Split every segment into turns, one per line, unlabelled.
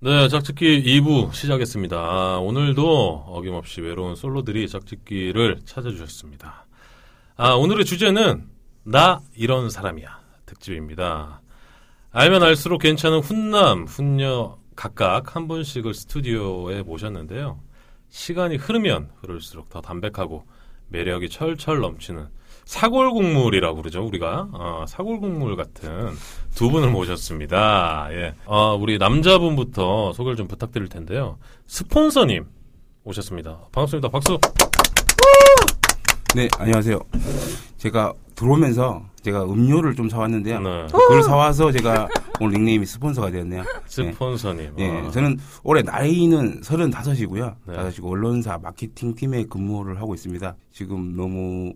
네, 짝짓기 2부 시작했습니다. 아, 오늘도 어김없이 외로운 솔로들이 짝짓기를 찾아주셨습니다. 아, 오늘의 주제는 나 이런 사람이야 특집입니다. 알면 알수록 괜찮은 훈남, 훈녀 각각 한 분씩을 스튜디오에 모셨는데요. 시간이 흐르면 흐를수록 더 담백하고 매력이 철철 넘치는 사골국물이라고 그러죠 우리가 어, 사골국물 같은 두 분을 모셨습니다. 예, 어, 우리 남자분부터 소개를 좀 부탁드릴 텐데요. 스폰서님 오셨습니다. 반갑습니다. 박수.
네, 안녕하세요. 제가 들어오면서 제가 음료를 좀 사왔는데요.
네,
그걸 사와서 제가 오늘 닉네임이 스폰서가 되었네요. 네.
스폰서님.
네,
어,
저는 올해 나이는 35이고요.
네.
35이고 언론사 마케팅 팀에 근무를 하고 있습니다. 지금 너무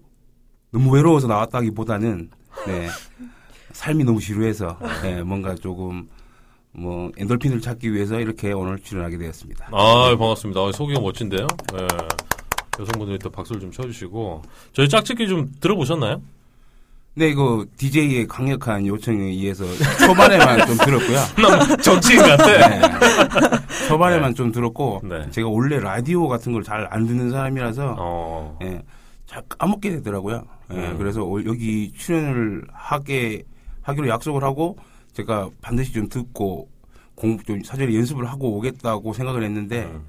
너무 외로워서 나왔다기보다는 네, 삶이 너무 지루해서 네, 뭔가 조금 뭐 엔돌핀을 찾기 위해서 이렇게 오늘 출연하게 되었습니다.
아, 반갑습니다. 아, 소개가 멋진데요. 예. 여성분들이 또 박수를 좀 쳐주시고 저희 짝짓기 좀 들어보셨나요?
네, 이거 DJ의 강력한 요청에 의해서 초반에만 좀 들었고요.
정치인 같아.
네. 초반에만 좀 들었고
네.
제가 원래 라디오 같은 걸 잘 안 듣는 사람이라서
어,
예, 잘 까먹게 되더라고요. 예,
음.
그래서 오- 여기 출연을 하게 하기로 약속을 하고 제가 반드시 좀 듣고 공부 좀 사전에 연습을 하고 오겠다고 생각을 했는데
음,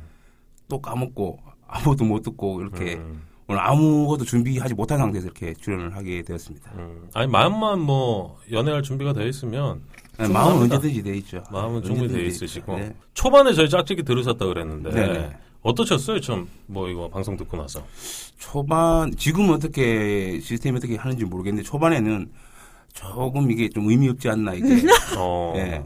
또 까먹고 아무것도 못 듣고 이렇게
음,
오늘 아무것도 준비하지 못한 상태에서 이렇게 출연을 하게 되었습니다.
음. 아니 마음만 뭐 연애할 준비가 되어 있으면
예, 마음은 언제든지 돼 있죠.
마음은
예,
충분히 돼
언제든지
아, 있으시고
네.
초반에 저희 짝짓기 들으셨다 그랬는데
네네.
어떠셨어요? 좀 뭐 이거 방송 듣고 나서
초반 지금 어떻게 시스템이 어떻게 하는지 모르겠는데 초반에는 조금 이게 좀 의미 없지 않나 이게
어,
예.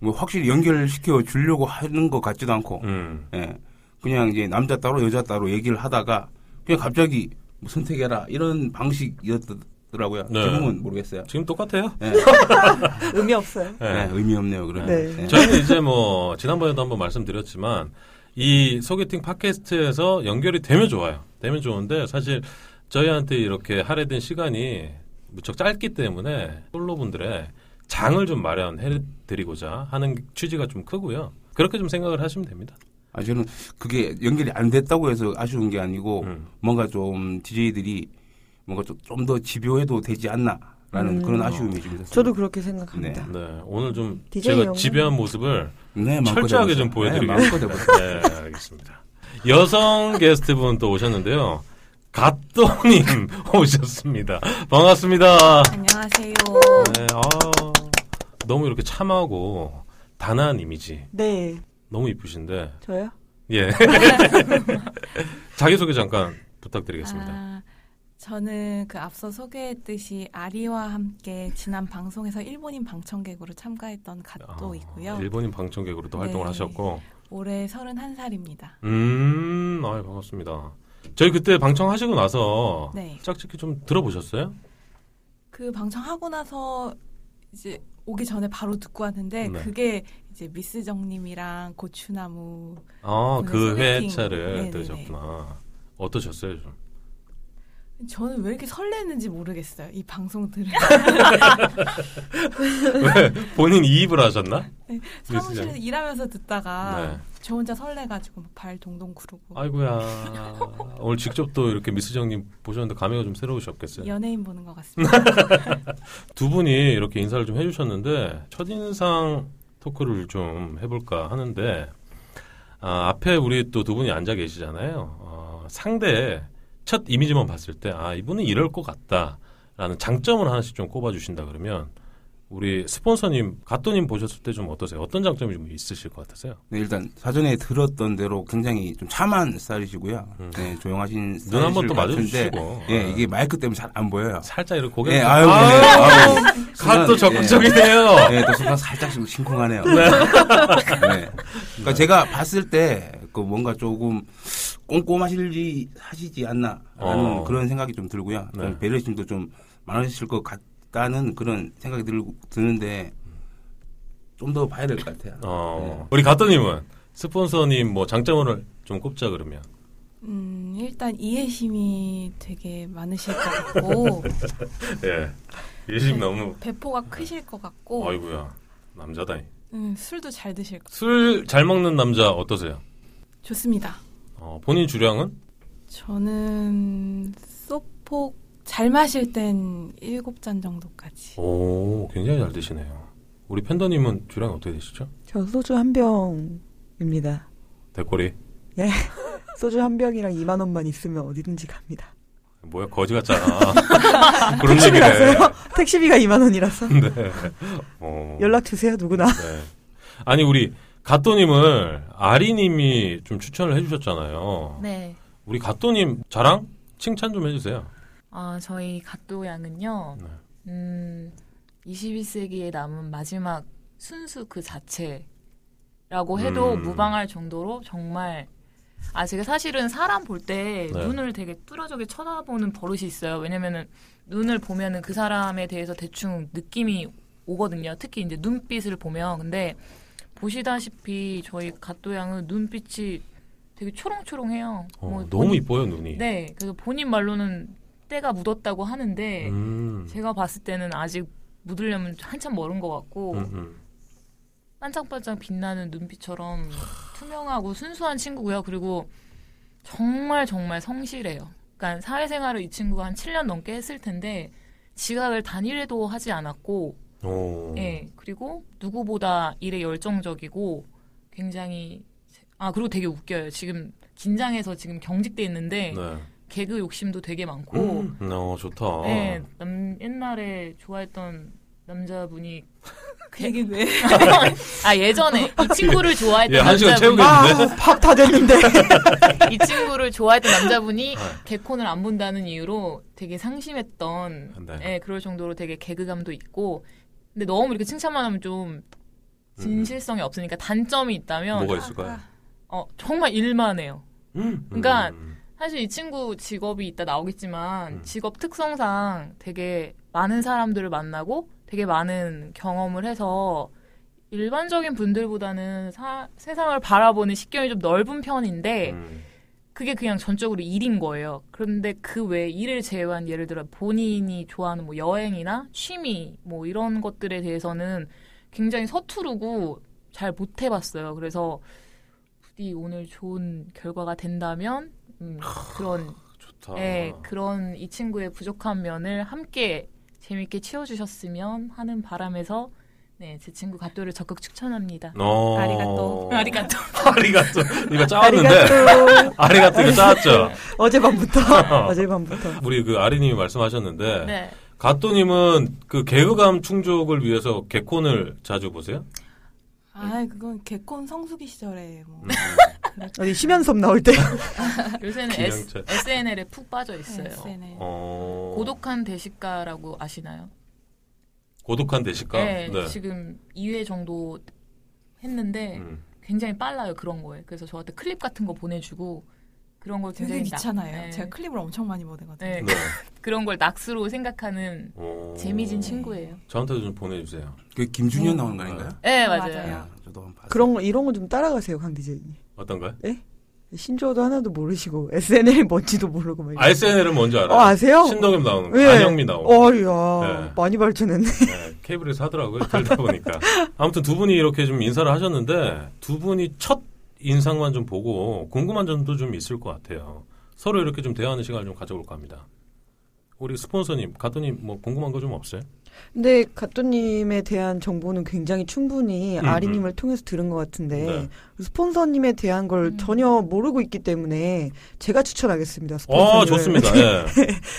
뭐 확실히 연결시켜 주려고 하는 것 같지도 않고
음,
예. 그냥 이제 남자 따로 여자 따로 얘기를 하다가 그냥 갑자기 뭐 선택해라 이런 방식이었더라고요
네.
지금은 모르겠어요
지금 똑같아요.
예.
의미 없어요.
예.
네, 의미 없네요 그러면
네.
예.
저는 이제 뭐 지난번에도 한번 말씀드렸지만 이 소개팅 팟캐스트에서 연결이 되면 좋아요. 되면 좋은데 사실 저희한테 이렇게 할애된 시간이 무척 짧기 때문에 솔로분들의 장을 좀 마련해드리고자 하는 취지가 좀 크고요. 그렇게 좀 생각을 하시면 됩니다.
아 저는 그게 연결이 안 됐다고 해서 아쉬운 게 아니고
음.
뭔가 좀 DJ들이 뭔가 좀 더 집요해도 되지 않나라는
음.
그런 아쉬움이 좀 있었어요.
저도 그렇게 생각합니다.
네, 오늘 좀
DJ
제가
영상.
지배한 모습을
네, 마음껏
철저하게
해보세요.
좀 보여드리겠습니다.
네, 마음껏 해보세요.
네, 알겠습니다. 여성 게스트분 또 오셨는데요. 갓도님 오셨습니다. 반갑습니다.
안녕하세요.
네, 아, 너무 이렇게 참하고 단아한 이미지
네.
너무 이쁘신데
저요?
예 자기소개 잠깐 부탁드리겠습니다.
아, 저는 그 앞서 소개했듯이 아리와 함께 지난 방송에서 일본인 방청객으로 참가했던 갓도이고요.
아, 일본인 방청객으로 또 활동을
네.
하셨고
올해 31살입니다.
음, 아 반갑습니다. 저희 그때 방청하시고 나서
네.
짝짓기 좀 들어보셨어요?
그 방청하고 나서 이제 오기 전에 바로 듣고 왔는데
네.
그게 이제 미스정님이랑 고추나무
아, 그
오늘 소개팅.
회차를
네네네.
들으셨구나. 어떠셨어요, 좀?
저는 왜 이렇게 설레는지 모르겠어요. 이 방송들은
왜 본인 이입을 하셨나?
네, 사무실에서 일하면서 듣다가
네.
저 혼자 설레가지고 막발 동동 구르고
아이고야. 오늘 직접 또 이렇게 미스정님 보셨는데 감회가 좀 새로우셨겠어요.
연예인 보는 것 같습니다.
두 분이 이렇게 인사를 좀 해주셨는데 첫인상 토크를 좀 해볼까 하는데 아, 앞에 우리 또 두 분이 앉아 계시잖아요. 어, 상대 첫 이미지만 봤을 때 아 이분은 이럴 것 같다라는 장점을 하나씩 좀 꼽아주신다 그러면 우리 스폰서님 갓도님 보셨을 때 좀 어떠세요? 어떤 장점이 좀 있으실 것 같으세요?
네, 일단 사전에 들었던 대로 굉장히 좀 참한 스타일이시고요.
음.
네, 조용하신 스타일이실
눈 한번 또
같은데,
마주치고
예, 이게 마이크 때문에 잘 안 보여요.
살짝 이렇게 고개
예,
를
아유, 네, 아유. 순간,
갓도 적극적이네요.
예, 예, 또 순간 살짝 좀 심쿵하네요. 네. 그러니까 제가 봤을 때 그 뭔가 조금 꼼꼼하실지 하시지 않나라는
어.
그런 생각이 좀 들고요. 좀
네.
배려심도 좀 많으실 것 같다는 그런 생각이 들, 드는데 좀 더 봐야 될 것 같아요.
어,
네.
우리 갓도님은 스폰서님 뭐 장점을 좀 꼽자 그러면
음, 일단 이해심이 되게 많으실 것 같고
예. 예심 너무
네.
배포가 크실 것 같고
아이구야 남자다니
음, 술도 잘 드실 거.
술 잘 먹는 남자 어떠세요?
좋습니다.
어, 본인 주량은?
저는 소폭 잘 마실 땐 일곱 잔 정도까지.
어. 오, 굉장히 잘 드시네요. 우리 팬더님은 주량 어떻게 되시죠?
저 소주 한 병입니다.
대꼬리.
소주 한 병이랑 2만 원만 있으면 어디든지 갑니다.
뭐야, 거지 같잖아. 그런
택시비
얘기를 해.
났어요? 택시비가 2만 원이라서
네. 어.
연락 주세요 누구나.
네. 아니, 우리 가또님을 아리님이 좀 추천을 해주셨잖아요.
네.
우리 가또님 자랑? 칭찬 좀 해주세요.
아, 저희 갓도 양은요,
네.
음, 21세기에 남은 마지막 순수 그 자체라고 해도
음.
무방할 정도로 정말, 아, 제가 사실은 사람 볼 때
네.
눈을 되게 뚫어져게 쳐다보는 버릇이 있어요. 왜냐면은 눈을 보면은 그 사람에 대해서 대충 느낌이 오거든요. 특히 이제 눈빛을 보면. 근데 보시다시피 저희 갓도 양은 눈빛이 되게 초롱초롱해요.
어,
뭐
너무 이뻐요, 눈이.
네, 그래서 본인 말로는 때가 묻었다고 하는데
음.
제가 봤을 때는 아직 묻으려면 한참 멀은 것 같고
음, 음.
반짝반짝 빛나는 눈빛처럼 투명하고 순수한 친구고요. 그리고 정말 정말 성실해요. 그러니까 사회생활을 이 친구가 한 7년 넘게 했을 텐데 지각을 단일에도 하지 않았고,
오.
예, 그리고 누구보다 일에 열정적이고 굉장히 아 그리고 되게 웃겨요. 지금 긴장해서 지금 경직돼 있는데
네.
개그 욕심도 되게 많고
음, 어, 좋다.
네, 남, 옛날에 좋아했던 남자분이
그 얘기 왜?
아 예전에 이 친구를 좋아했던
예, 한 시간
남자분이
채우겠는데?
밥 아, 다 됐는데
이 친구를 좋아했던 남자분이
네.
개콘을 안 본다는 이유로 되게 상심했던
네.
예, 그럴 정도로 되게 개그감도 있고 근데 너무 이렇게 칭찬만 하면 좀 진실성이 없으니까 단점이 있다면
음, 뭐가 있을까요?
어 정말 일만 해요.
음.
그러니까
음.
사실 이 친구 직업이 이따 나오겠지만
음.
직업 특성상 되게 많은 사람들을 만나고 되게 많은 경험을 해서 일반적인 분들보다는 사- 세상을 바라보는 시경이 좀 넓은 편인데
음.
그게 그냥 전적으로 일인 거예요. 그런데 그 외에 일을 제외한 예를 들어 본인이 좋아하는 뭐 여행이나 취미 뭐 이런 것들에 대해서는 굉장히 서투르고 잘 못 해봤어요. 그래서 부디 오늘 좋은 결과가 된다면 음, 그런
좋다.
네, 그런 이 친구의 부족한 면을 함께 재밌게 채워주셨으면 하는 바람에서 네, 제 친구 가또를 적극 추천합니다.
어.
아리가또.
아리가또.
아리가또. 이거 짜왔는데
아리가또
아리가또를 짜왔죠.
어젯밤부터 어젯밤부터
우리 그 아리님이 말씀하셨는데
네.
가또님은 그 개그감 충족을 위해서 개콘을 자주 보세요?
아, 그건 개콘 성수기 시절에 뭐.
음.
어디 심연섭 나올 때
요새는 S,
김영철.
SNL에 푹 빠져 있어요.
SNS.
어.
고독한 대식가라고 아시나요?
고독한 대식가.
네, 지금 2회 정도 했는데
음.
굉장히 빨라요 그런 거에. 그래서 저한테 클립 같은 거 보내주고 그런 걸
되게
굉장히 나-
귀찮아요.
네.
제가 클립을 엄청 많이 보내거든요.
네.
네.
그런 걸 낙스로 생각하는
어.
재미진 친구예요.
저한테도 좀 보내주세요.
그 김준현 나오는 거 아닌가요?
네,
맞아요.
맞아요.
야, 저도 한번 봤어요.
그런 거 이런 거 좀 따라가세요 강 디제이님.
어떤가요?
신조어도 하나도 모르시고 SNL 뭔지도 모르고 막. 이런.
SNL은 뭔지 알아요?
어 아세요?
신동엽 나오는 거,
예.
안영미 나오는 거.
어이야
네.
많이 발전했네.
네, 케이블에서 하더라고요. 들다 보니까. 아무튼 두 분이 이렇게 좀 인사를 하셨는데 두 분이 첫 인상만 좀 보고 궁금한 점도 좀 있을 것 같아요. 서로 이렇게 좀 대화하는 시간을 좀 가져볼까 합니다. 우리 스폰서님, 가토님 뭐 궁금한 거 좀 없어요?
근데 가토님에 대한 정보는 굉장히 충분히
음,
아리님을 통해서 들은 것 같은데
네.
스폰서님에 대한 걸
음.
전혀 모르고 있기 때문에 제가 추천하겠습니다. 스폰서님.
어, 좋습니다. 예.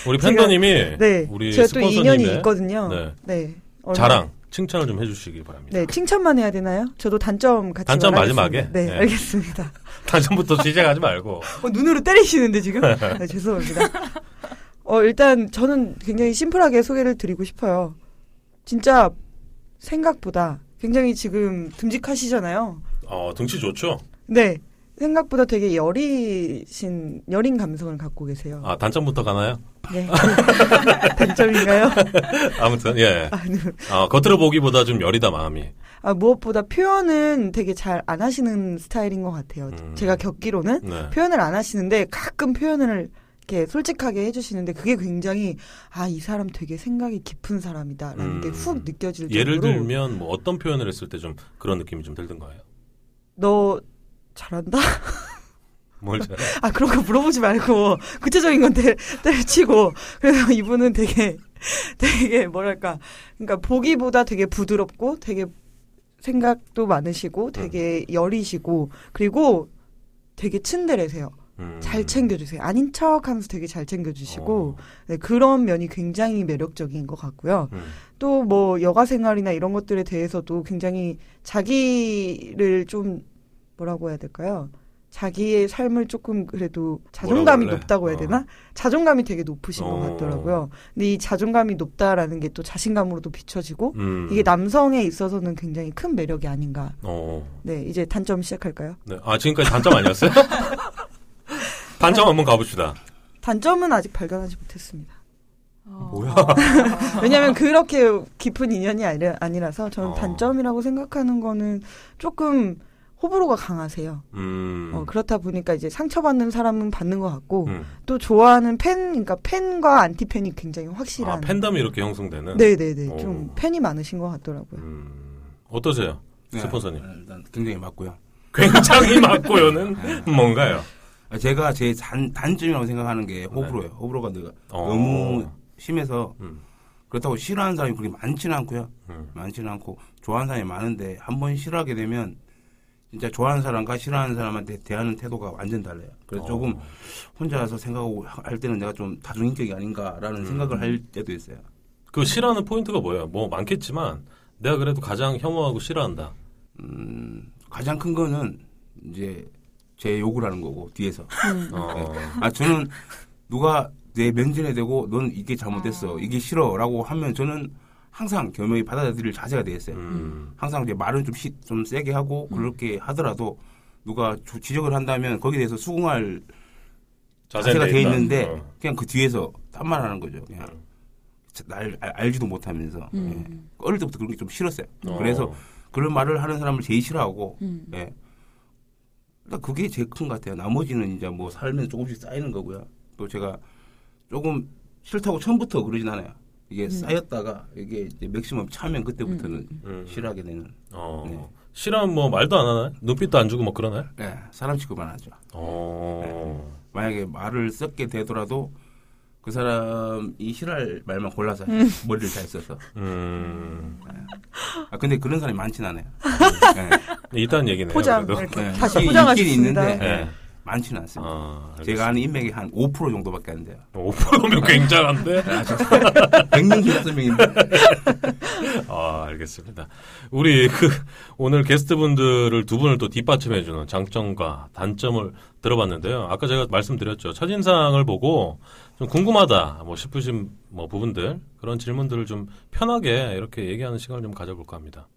우리
제가-
팬더님이
네,
우리
제가 또 인연이
스폰서님의
있거든요.
네.
네. 얼마-
자랑, 칭찬을 좀 해주시기 바랍니다.
네, 칭찬만 해야 되나요? 저도 단점 같이
단점
말하겠습니다.
마지막에?
네,
네.
알겠습니다.
단전부터 시작하지 말고.
어, 눈으로 때리시는데 지금? 아, 죄송합니다. 어, 일단 저는 굉장히 심플하게 소개를 드리고 싶어요. 진짜 생각보다 굉장히 지금 듬직하시잖아요.
어, 등치 좋죠?
네. 생각보다 되게 여리신, 여린 감성을 갖고 계세요.
아, 단점부터 가나요?
네. 단점인가요?
아무튼, 예.
아, 네.
아, 겉으로 보기보다 좀 여리다 마음이.
아, 무엇보다 표현은 되게 잘 안 하시는 스타일인 것 같아요.
음.
제가 겪기로는
네.
표현을 안 하시는데 가끔 표현을 이렇게 솔직하게 해주시는데 그게 굉장히 아 이 사람 되게 생각이 깊은 사람이다라는
음.
게 훅 느껴질 네, 정도로
예를 들면 뭐 어떤 표현을 했을 때 좀 그런 느낌이 좀 들던가요?
너 잘한다?
뭘 잘?
아 그런 거 물어보지 말고 구체적인 건 때, 때려치고 그래서 이분은 되게 되게 뭐랄까 그러니까 보기보다 되게 부드럽고 되게 생각도 많으시고 되게
음.
여리시고 그리고 되게 츤데레세요.
음.
잘 챙겨주세요. 아닌 척하면서 되게 잘 챙겨주시고
어.
네, 그런 면이 굉장히 매력적인 것 같고요.
음.
또 뭐 여가 생활이나 이런 것들에 대해서도 굉장히 자기를 좀 뭐라고 해야 될까요? 자기의 삶을 조금 그래도 자존감이
그래?
높다고 해야
어.
되나? 자존감이 되게 높으신
어.
것 같더라고요. 근데 이 자존감이 높다라는 게 또 자신감으로도 비춰지고
음.
이게 남성에 있어서는 굉장히 큰 매력이 아닌가.
어.
네, 이제 단점 시작할까요?
네. 아 지금까지 단점 아니었어요? 단점 한번 가봅시다.
단점은 아직 발견하지 못했습니다.
어.
뭐야?
왜냐하면 그렇게 깊은 인연이 아니라, 아니라서 저는
어.
단점이라고 생각하는 거는 조금 호불호가 강하세요.
음.
어, 그 그렇다 보니까 이제 상처받는 사람은 받는 것 같고
음.
또 좋아하는 팬, 그러니까 팬과 안티팬이 굉장히
아
확실한.
팬덤이 이렇게 형성되는.
네네네.
오.
좀 팬이 많으신 것 같더라고요.
음. 어떠세요? 스폰서님.
네, 일단 굉장히 맞고요.
굉장히
네.
맞고요는 뭔가요?
아, 제가 제 단, 단점이라고 생각하는 게 호불호예요. 호불호가 내가
어.
너무 심해서
음.
그렇다고 싫어하는 사람이 그렇게 많지는 않고요.
음.
많지는 않고 좋아하는 사람이 많은데 한 번 싫어하게 되면 진짜 좋아하는 사람과 싫어하는 사람한테 대하는 태도가 완전 달라요. 그래서
어.
조금 혼자서 생각하고 할 때는 내가 좀 다중인격이 아닌가라는
음.
생각을 할 때도 있어요.
그 싫어하는 포인트가 뭐예요? 뭐 많겠지만 내가 그래도 가장 혐오하고 싫어한다.
음, 가장 큰 거는 이제 제 욕을 하는 거고 뒤에서.
음.
어.
아 저는 누가 내 면전에 대고 넌 이게 잘못됐어 이게 싫어라고 하면 저는 항상 겸허히 받아들일 자세가 되겠어요.
음.
항상 이제 말은 좀, 시- 좀 세게 하고 그렇게 하더라도 누가 조- 지적을 한다면 거기에 대해서 수긍할 자세가 돼
있다.
있는데
어.
그냥 그 뒤에서 딴 말 하는 거죠. 그냥
음.
자- 날 알- 알지도 못하면서 예.
음.
어릴 때부터 그런 게 좀 싫었어요.
어.
그래서 그런 말을 하는 사람을 제일 싫어하고
음.
예. 일단 그게 제일 큰 것 같아요. 나머지는 이제 뭐 살면 조금씩 쌓이는 거고요. 또 제가 조금 싫다고 처음부터 그러진 않아요. 이게 쌓였다가 이게 이제 맥시멈 차면 그때부터는
음.
싫어하게 되는.
어.
네.
싫어하면 뭐 말도 안 하나요? 눈빛도 안 주고 뭐 그러나요?
예, 사람 취급만 하죠.
어.
만약에 말을 썼게 되더라도 그 사람이 싫어할 말만 골라서
음.
해요. 머리를 잘 써서.
음.
아 근데 그런 사람이 많진 않아요. 예,
일단 얘기네요.
포장
그래도.
이렇게
예.
다시
있긴
포장하셨습니다.
있는데 네,
예.
많지는 않습니다.
아,
제가 아는 인맥이 한 5% 정도밖에 안 돼요.
5%면 굉장한데?
100명 중 6명인데.
아, 알겠습니다. 우리 그 오늘 게스트분들을 두 분을 또 뒷받침해주는 장점과 단점을 들어봤는데요. 아까 제가 말씀드렸죠. 첫인상을 보고 좀 궁금하다 뭐 싶으신 뭐 부분들 그런 질문들을 좀 편하게 이렇게 얘기하는 시간을 좀 가져볼까 합니다.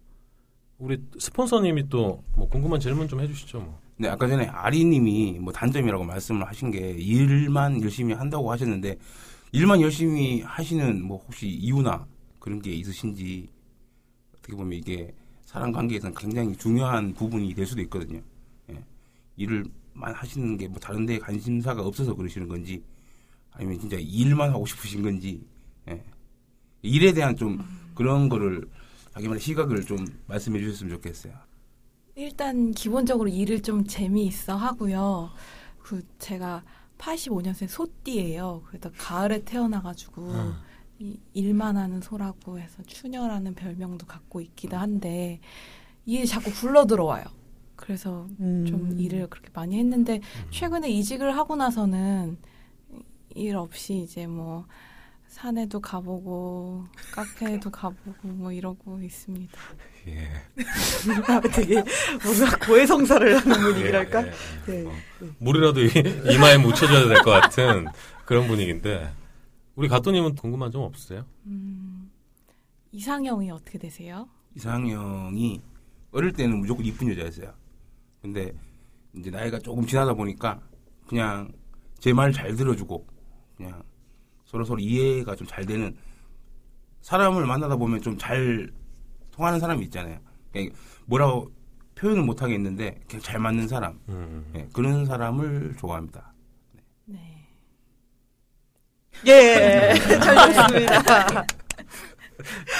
우리 스폰서님이 또 뭐 궁금한 질문 좀 해주시죠. 뭐.
네, 아까 전에 아리님이 뭐 단점이라고 말씀을 하신 게 일만 열심히 한다고 하셨는데 일만 열심히 하시는 뭐 혹시 이유나 그런 게 있으신지 어떻게 보면 이게 사람 관계에서는 굉장히 중요한 부분이 될 수도 있거든요. 예. 일을만 하시는 게 뭐 다른 데 관심사가 없어서 그러시는 건지 아니면 진짜 일만 하고 싶으신 건지 예. 일에 대한 좀 그런 거를 자기만의 시각을 좀 말씀해 주셨으면 좋겠어요.
일단 기본적으로 일을 좀 재미있어 하고요. 그 제가 85년생 소띠예요. 그래서 가을에 태어나가지고 이 일만 하는 소라고 해서 추녀라는 별명도 갖고 있기도 한데 이에 자꾸 굴러 들어와요. 그래서
음.
좀 일을 그렇게 많이 했는데 최근에 이직을 하고 나서는 일 없이 이제 뭐 산에도 가보고 카페에도 가보고 뭐 이러고 있습니다.
예.
되게 뭔가 고해성사를 하는 분위기랄까.
예, 예.
네.
물이라도 이- 이마에 묻혀줘야 될 것 같은 그런 분위기인데 우리 가토님은 궁금한 점 없으세요?
음, 이상형이 어떻게 되세요?
이상형이 어릴 때는 무조건 이쁜 여자였어요. 근데 이제 나이가 조금 지나다 보니까 그냥 제 말 잘 들어주고 그냥 서로 서로 이해가 좀 잘 되는 사람을 만나다 보면 좀 잘 통하는 사람이 있잖아요. 그냥 뭐라고 표현을 못 하겠는데 그냥 잘 맞는 사람
음.
예, 그런 사람을 좋아합니다.
네.
예, 잘 됐습니다.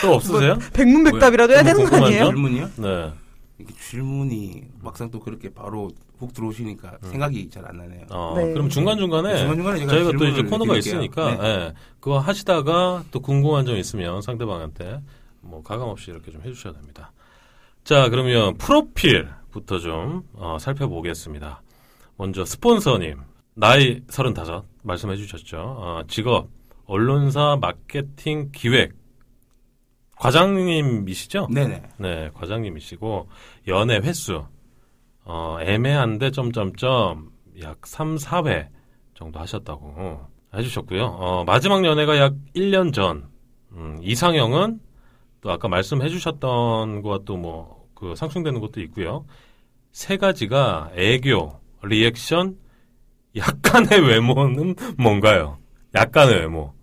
또 없으세요?
백문백답이라도 해야 되는 거
궁금한
아니에요?
질문이요?
네.
이게 질문이 막상 또 그렇게 바로 훅 들어오시니까 생각이 잘 안 나네요.
어,
네.
그럼 중간중간에
중간중간에 제가
저희가 또
질문을
이제 코너가
드릴게요.
있으니까
네.
예. 그거 하시다가 또 궁금한 점 있으면 상대방한테 뭐 가감 없이 이렇게 좀 해주셔야 됩니다. 자 그러면 프로필부터 좀 어, 살펴보겠습니다. 먼저 스폰서님 나이 35 말씀해 주셨죠. 어, 직업 언론사 마케팅 기획 과장님이시죠?
네네.
네, 과장님이시고 연애 횟수 어, 애매한데 점점점 약 3, 4회 정도 하셨다고 해주셨고요. 어, 마지막 연애가 약 1년 전 음, 이상형은 또 아까 말씀해주셨던 것과 또 뭐 그 상충되는 것도 있고요. 세 가지가 애교, 리액션, 약간의 외모는 뭔가요? 약간의 외모.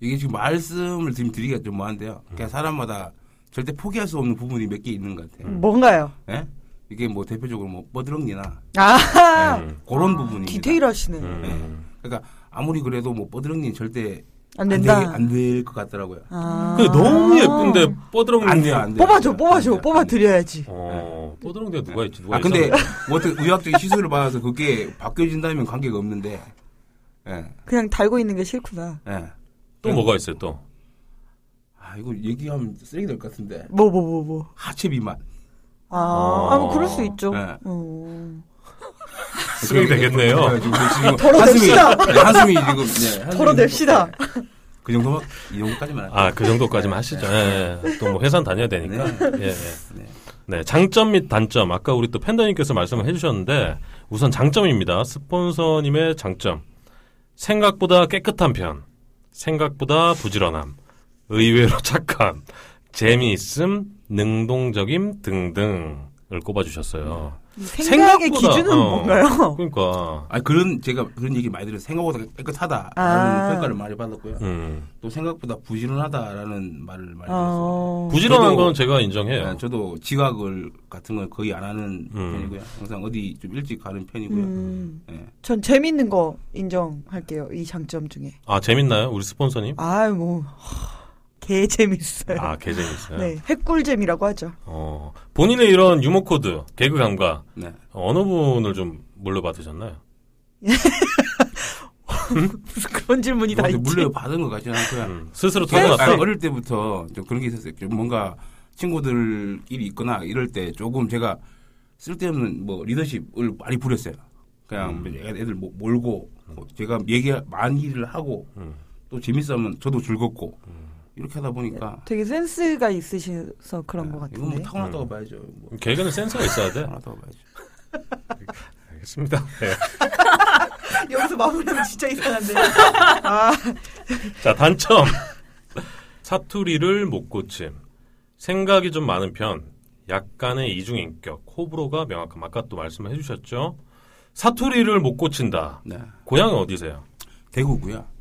이게 지금 말씀을 지금 드리기가 좀 뭐한데요.
음.
그냥 사람마다 절대 포기할 수 없는 부분이 몇 개 있는 것
음.
같아요.
뭔가요?
예? 이게 뭐 대표적으로 뭐 뻐드렁니나 예,
아,
음,
그런 부분입니다.
디테일하시네.
음.
그러니까 아무리 그래도 뭐 뻐드렁니 절대
안 된다.
안 될 것 같더라고요.
아.
근데 그 너무 예쁜데 뻐드렁
안 돼요, 안 돼요.
뽑아줘, 뽑아줘,
안 돼요.
뽑아드려야지.
어, 뽀드렁대 누가 있지? 누가
아 근데
있었나?
뭐 어떻게 의학적인 시술을 받아서 그게 바뀌어진다면 관계가 없는데, 예,
그냥 달고 있는 게 싫구나.
예.
또 뭐가 있어요? 또
아 이거 얘기하면 쓰레기 될 것 같은데
뭐, 뭐, 뭐, 뭐.
하체 비만.
아, 아, 뭐, 그럴 수 있죠.
예.
어.
쓰게 되겠네요.
예, 지금
아,
지금
덜어냅시다.
한숨이, 네, 한숨이 지금 네, 한숨이
덜어냅시다.
그 정도만 이 정도까지만.
아 그 정도까지만 하시죠. 또 뭐 회사 다녀야 되니까. 예, 예.
네.
네 장점 및 단점. 아까 우리 또 팬더님께서 말씀을 해주셨는데 우선 장점입니다. 스폰서님의 장점. 생각보다 깨끗한 편. 생각보다 부지런함. 의외로 착함. 재미있음. 능동적임 등등을 꼽아주셨어요.
생각의
생각보다,
기준은
어.
뭔가요?
그러니까
아 그런 제가 그런 얘기 많이 들어요. 생각보다 깨끗하다라는
아.
평가를 많이 받았고요.
음.
또 생각보다 부지런하다라는 말을 많이 들었어요.
어.
부지런한
저도-
건 제가 인정해요.
네, 저도 지각을 같은 걸 거의 안 하는
예. 음.
편이고요. 항상 어디 좀 일찍 가는 편이고요.
음.
네.
전 재밌는 거 인정할게요. 이 장점 중에.
아 재밌나요, 우리 스폰서님?
아유, 뭐. 허, 개 재밌어요.
아 개재밌어요.
네. 핵꿀잼이라고 하죠.
어, 본인의 이런 유머 코드, 개그 감각
네.
어느 분을 좀 물려받으셨나요?
무슨 그런 질문이 다
누구한테
있지.
뭐 물려받은 것 같지는 않고요.
음, 스스로
아,
터져났다.
어릴 때부터 좀 그런 게 있었어요. 좀 뭔가 친구들끼리 있거나 이럴 때 조금 제가 쓸데없는 뭐 리더십을 많이 부렸어요. 그냥
음.
애- 애들 뭐 몰고 뭐 제가 얘기 많이 를 하고
음.
또 재밌으면 저도 즐겁고 이렇게 하다 보니까
되게 센스가 있으셔서 네. 그런 것
이건 뭐
같은데.
타고났다고
음.
봐야죠. 뭐
개그는 센스가 있어야 돼.
타고났다고 봐야죠.
알겠습니다. 네.
여기서 마무리하면 진짜 이상한데.
자, 단점. 사투리를 못 고침. 생각이 좀 많은 편. 약간의 이중인격. 호불호가 명확함. 아까 또 말씀을 해주셨죠. 사투리를 못 고친다.
네.
고향이 어디세요?
대구고요.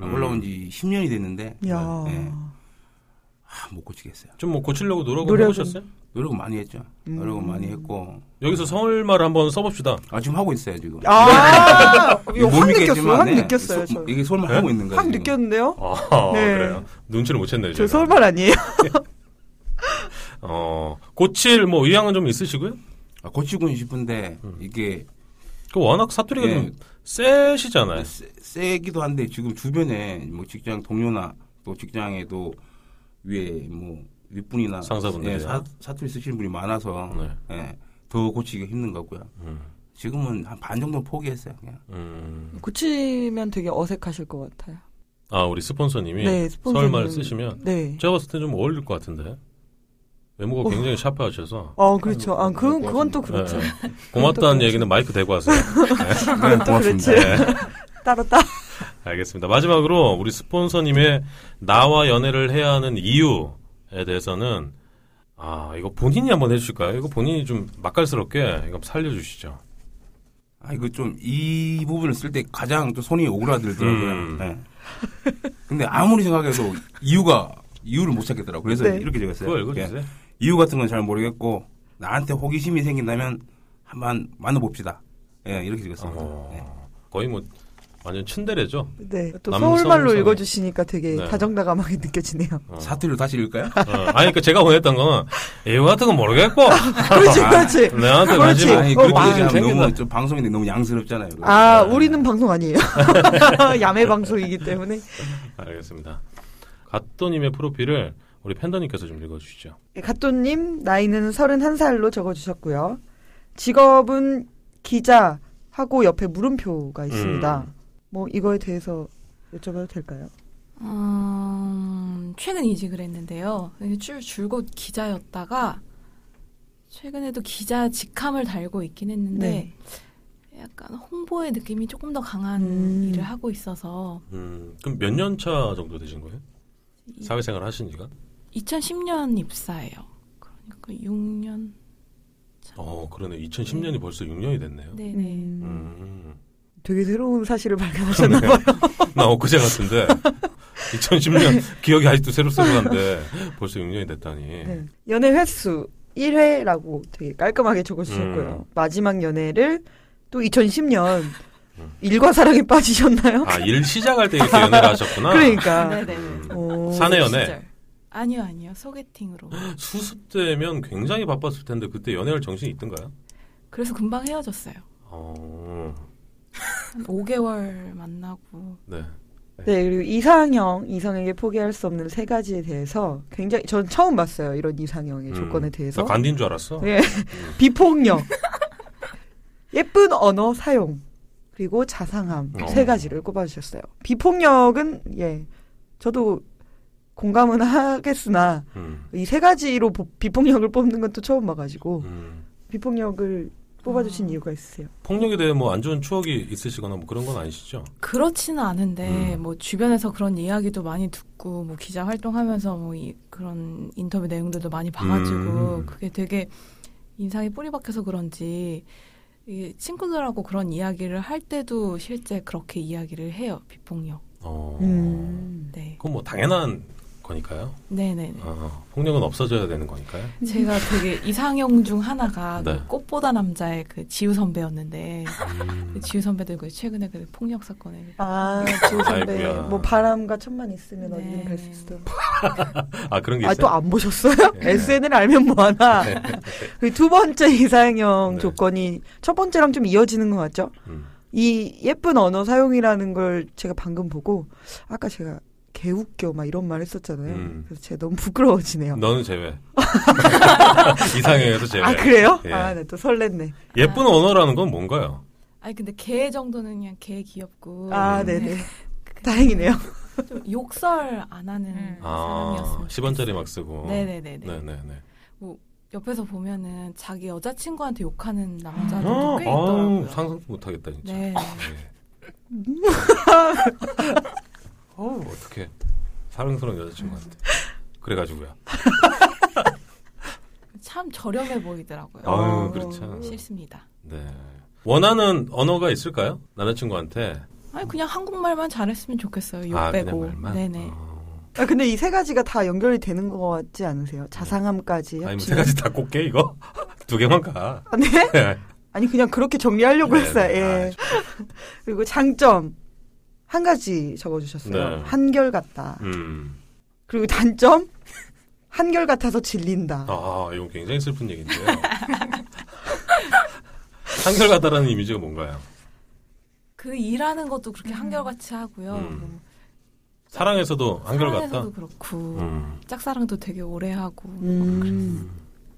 음.
올라온 지 10년이 됐는데
야.
네. 아, 못 고치겠어요.
좀 뭐 고치려고 노력은
노력은-
해보셨어요?
노력은 많이 했죠.
음.
노력은 많이 했고
여기서 서울말 한번 써봅시다.
아 지금 하고 있어요 지금.
아,
이거
이거
못
확 느꼈어요.
믿겠지만,
확
네.
느꼈어요.
소-
저.
이게 어, 설마 하고 있는 거예요.
확
지금.
느꼈는데요.
아,
네.
그래요. 눈치를 못 챘네요.
저
제가.
서울말 아니에요.
어, 고칠 뭐 의향은 좀 있으시고요?
아, 고치고는 싶은데 이게
그 워낙 사투리가
예,
좀 세시잖아요.
네.
세- 세기도 한데 지금 주변에 뭐 직장 동료나 또 직장에도 위에 뭐 윗분이나
상사분들이요?
예, 사, 사투리 쓰시는 분이 많아서
네.
예, 더 고치기가 힘든 것 같고요.
음,
지금은 한 반 정도 포기했어요. 그냥.
음.
고치면 되게 어색하실 것 같아요.
아 우리 스폰서님이
네, 스폰서님.
서울말 쓰시면
네.
제가 봤을 때 좀 어울릴 것 같은데 외모가 굉장히 샤프하셔서
어, 그렇죠. 아,
그럴
그건,
것
어. 그건 또
같은데.
그렇죠.
네. 고맙다는 얘기는 마이크 대고 하세요.
네, 고맙습니다.
그렇죠. 그렇지.
네.
따로 따.
알겠습니다. 마지막으로 우리 스폰서님의 나와 연애를 해야 하는 이유에 대해서는 아 이거 본인이 한번 해주실까요? 이거 본인이 좀 맛깔스럽게 이거 살려주시죠.
아 이거 좀 이 부분을 쓸 때 가장 또 손이 오그라들더라고요.
음.
예. 근데 아무리 생각해도 이유가 이유를 못 찾겠더라고. 요 그래서
네.
이렇게 적었어요.
그거
예.
읽어주세요.
이유 같은 건 잘 모르겠고 나한테 호기심이 생긴다면 한번 만나봅시다. 예, 이렇게 읽었습니다.
어,
네.
거의 뭐 완전 츤데레죠.
네. 또
남성
서울말로
성향.
읽어주시니까 되게
네.
다정다감하게 느껴지네요.
어.
사투리로 다시 읽을까요?
어, 아니 그러니까 제가 보냈던 건 이거 같은 건 모르겠고
그렇지, 그렇지.
내한테
그렇지.
관심
아니
어,
그렇게
와.
그렇게
얘기하면
생긴다.
너무 좀 방송인데 너무 양스럽잖아요. 그거. 네.
아, 우리는 방송 아니에요. 야매 방송이기 때문에.
알겠습니다. 갓도님의 프로필을 우리 팬더님께서 좀 읽어주시죠.
예, 갓도님, 나이는 31살로 적어주셨고요. 직업은 기자하고 옆에 물음표가 있습니다.
음.
뭐, 이거에 대해서 여쭤봐도 될까요?
음, 최근 이직을 했는데요. 줄, 줄곧 기자였다가 최근에도 기자 직함을 달고 있긴 했는데 약간 홍보의 느낌이 조금 더 강한
음.
일을 하고 있어서
음, 그럼 몇 년 차 정도 되신 거예요? 사회생활 하신 지가?
2010년 입사예요. 그러니까 6년.
어, 그러네. 2010년이 벌써 6년이 됐네요.
네네.
음,
되게 새로운 사실을 발견하셨나봐요.
나 엊그제 같은데 2010년 기억이 아직도 새록새록한데 벌써 6년이 됐다니.
네. 연애 횟수 1회라고 되게 깔끔하게 적어주셨고요. 마지막 연애를 또 2010년
음.
일과 사랑에 빠지셨나요?
아, 일 시작할 때 이렇게 연애를 하셨구나.
그러니까.
음.
오.
사내 연애.
아. 그 시절. 아니요 아니요 소개팅으로.
수습 때면 굉장히 바빴을 텐데 그때 연애할 정신이 있던가요?
그래서 금방 헤어졌어요.
어,
한 5개월 만나고
네.
네, 그리고 이상형, 이성에게 포기할 수 없는 세 가지에 대해서 굉장히, 전 처음 봤어요. 이런 이상형의
음.
조건에 대해서.
나 간디인 줄 알았어.
네. 비폭력. 예쁜 언어 사용. 그리고 자상함.
어.
세 가지를 꼽아주셨어요. 비폭력은, 예. 저도 공감은 하겠으나,
음,
이 세 가지로 보- 비폭력을 뽑는 건 또 처음 봐가지고
음.
비폭력을 뽑아주신
아.
이유가 있으세요.
폭력에 대해 뭐 안 좋은 추억이 있으시거나 뭐 그런 건 아니시죠?
그렇지는 않은데
음.
뭐 주변에서 그런 이야기도 많이 듣고 뭐 기자 활동하면서 뭐 이, 그런 인터뷰 내용들도 많이 봐가지고
음.
그게 되게 인상이 뿌리 박혀서 그런지 이게 친구들하고 그런 이야기를 할 때도 실제 그렇게 이야기를 해요 비폭력.
어,
음.
네,
그건 뭐 당연한 거니까요.
네네. 네
어, 폭력은 없어져야 되는 거니까요.
제가 되게 이상형 중 하나가
네.
그 꽃보다 남자의 그 지우 선배였는데
음.
그 지우 선배도 그 최근에 그 폭력 사건에
아,
선배. 아이고야. 뭐
뭐 바람과 천만 있으면
네.
어디든
어디든
갈
갈
수
수
있어.
있어.
아 그런 게
아,
있어요.
또 안 보셨어요?
네.
SN을 알면 뭐하나. 그리고 두 번째 이상형
네.
조건이 첫 번째랑 좀 이어지는 것 같죠?
음.
이 예쁜 언어 사용이라는 걸 제가 방금 보고 아까 제가 개웃겨 막 이런 말 했었잖아요.
음.
그래서 제가 너무 부끄러워지네요.
너는 제외. 이상형에서 제외.
아. 아 그래요?
예.
아, 네, 또 설렜네.
예쁜 언어라는 건 뭔가요?
아니 근데 개 정도는 그냥 개 귀엽고
아,
음.
네네. 다행이네요.
좀 욕설 안 하는
음.
아,
사람이었으면
10원짜리 막 쓰고.
네네네네.
네네네.
옆에서 보면은 자기 여자친구한테 욕하는
어,
남자들도 꽤
아우,
있더라고요.
상상도 못하겠다 진짜.
네.
예. 어우, 어떡해. 사랑스러운 여자친구한테. 그래가지고요.
참 저렴해 보이더라고요.
아유, 그렇죠.
싫습니다.
네. 원하는 언어가 있을까요? 남자친구한테.
아니 그냥 한국말만 잘했으면 좋겠어요. 욕
아,
빼고.
그냥 말만.
네네.
어.
아, 근데 이 세 가지가 다 연결이 되는 것 같지 않으세요? 자상함까지.
아니,
합치면.
뭐세 가지 다 꼽게, 이거? 두 개만 가.
아, 네? 아니, 그냥 그렇게 정리하려고 했어요.
네, 네.
예. 그리고 장점. 한 가지 적어주셨어요.
네.
한결같다.
음.
그리고 단점. 한결같아서 질린다.
아, 이건 굉장히 슬픈 얘기인데요. 한결같다라는 이미지가 뭔가요?
그 일하는 것도 그렇게 한결같이 하고요.
음.
뭐
사랑에서도 한결같다?
사랑에서도 그렇고
음.
짝사랑도 되게 오래 하고
음.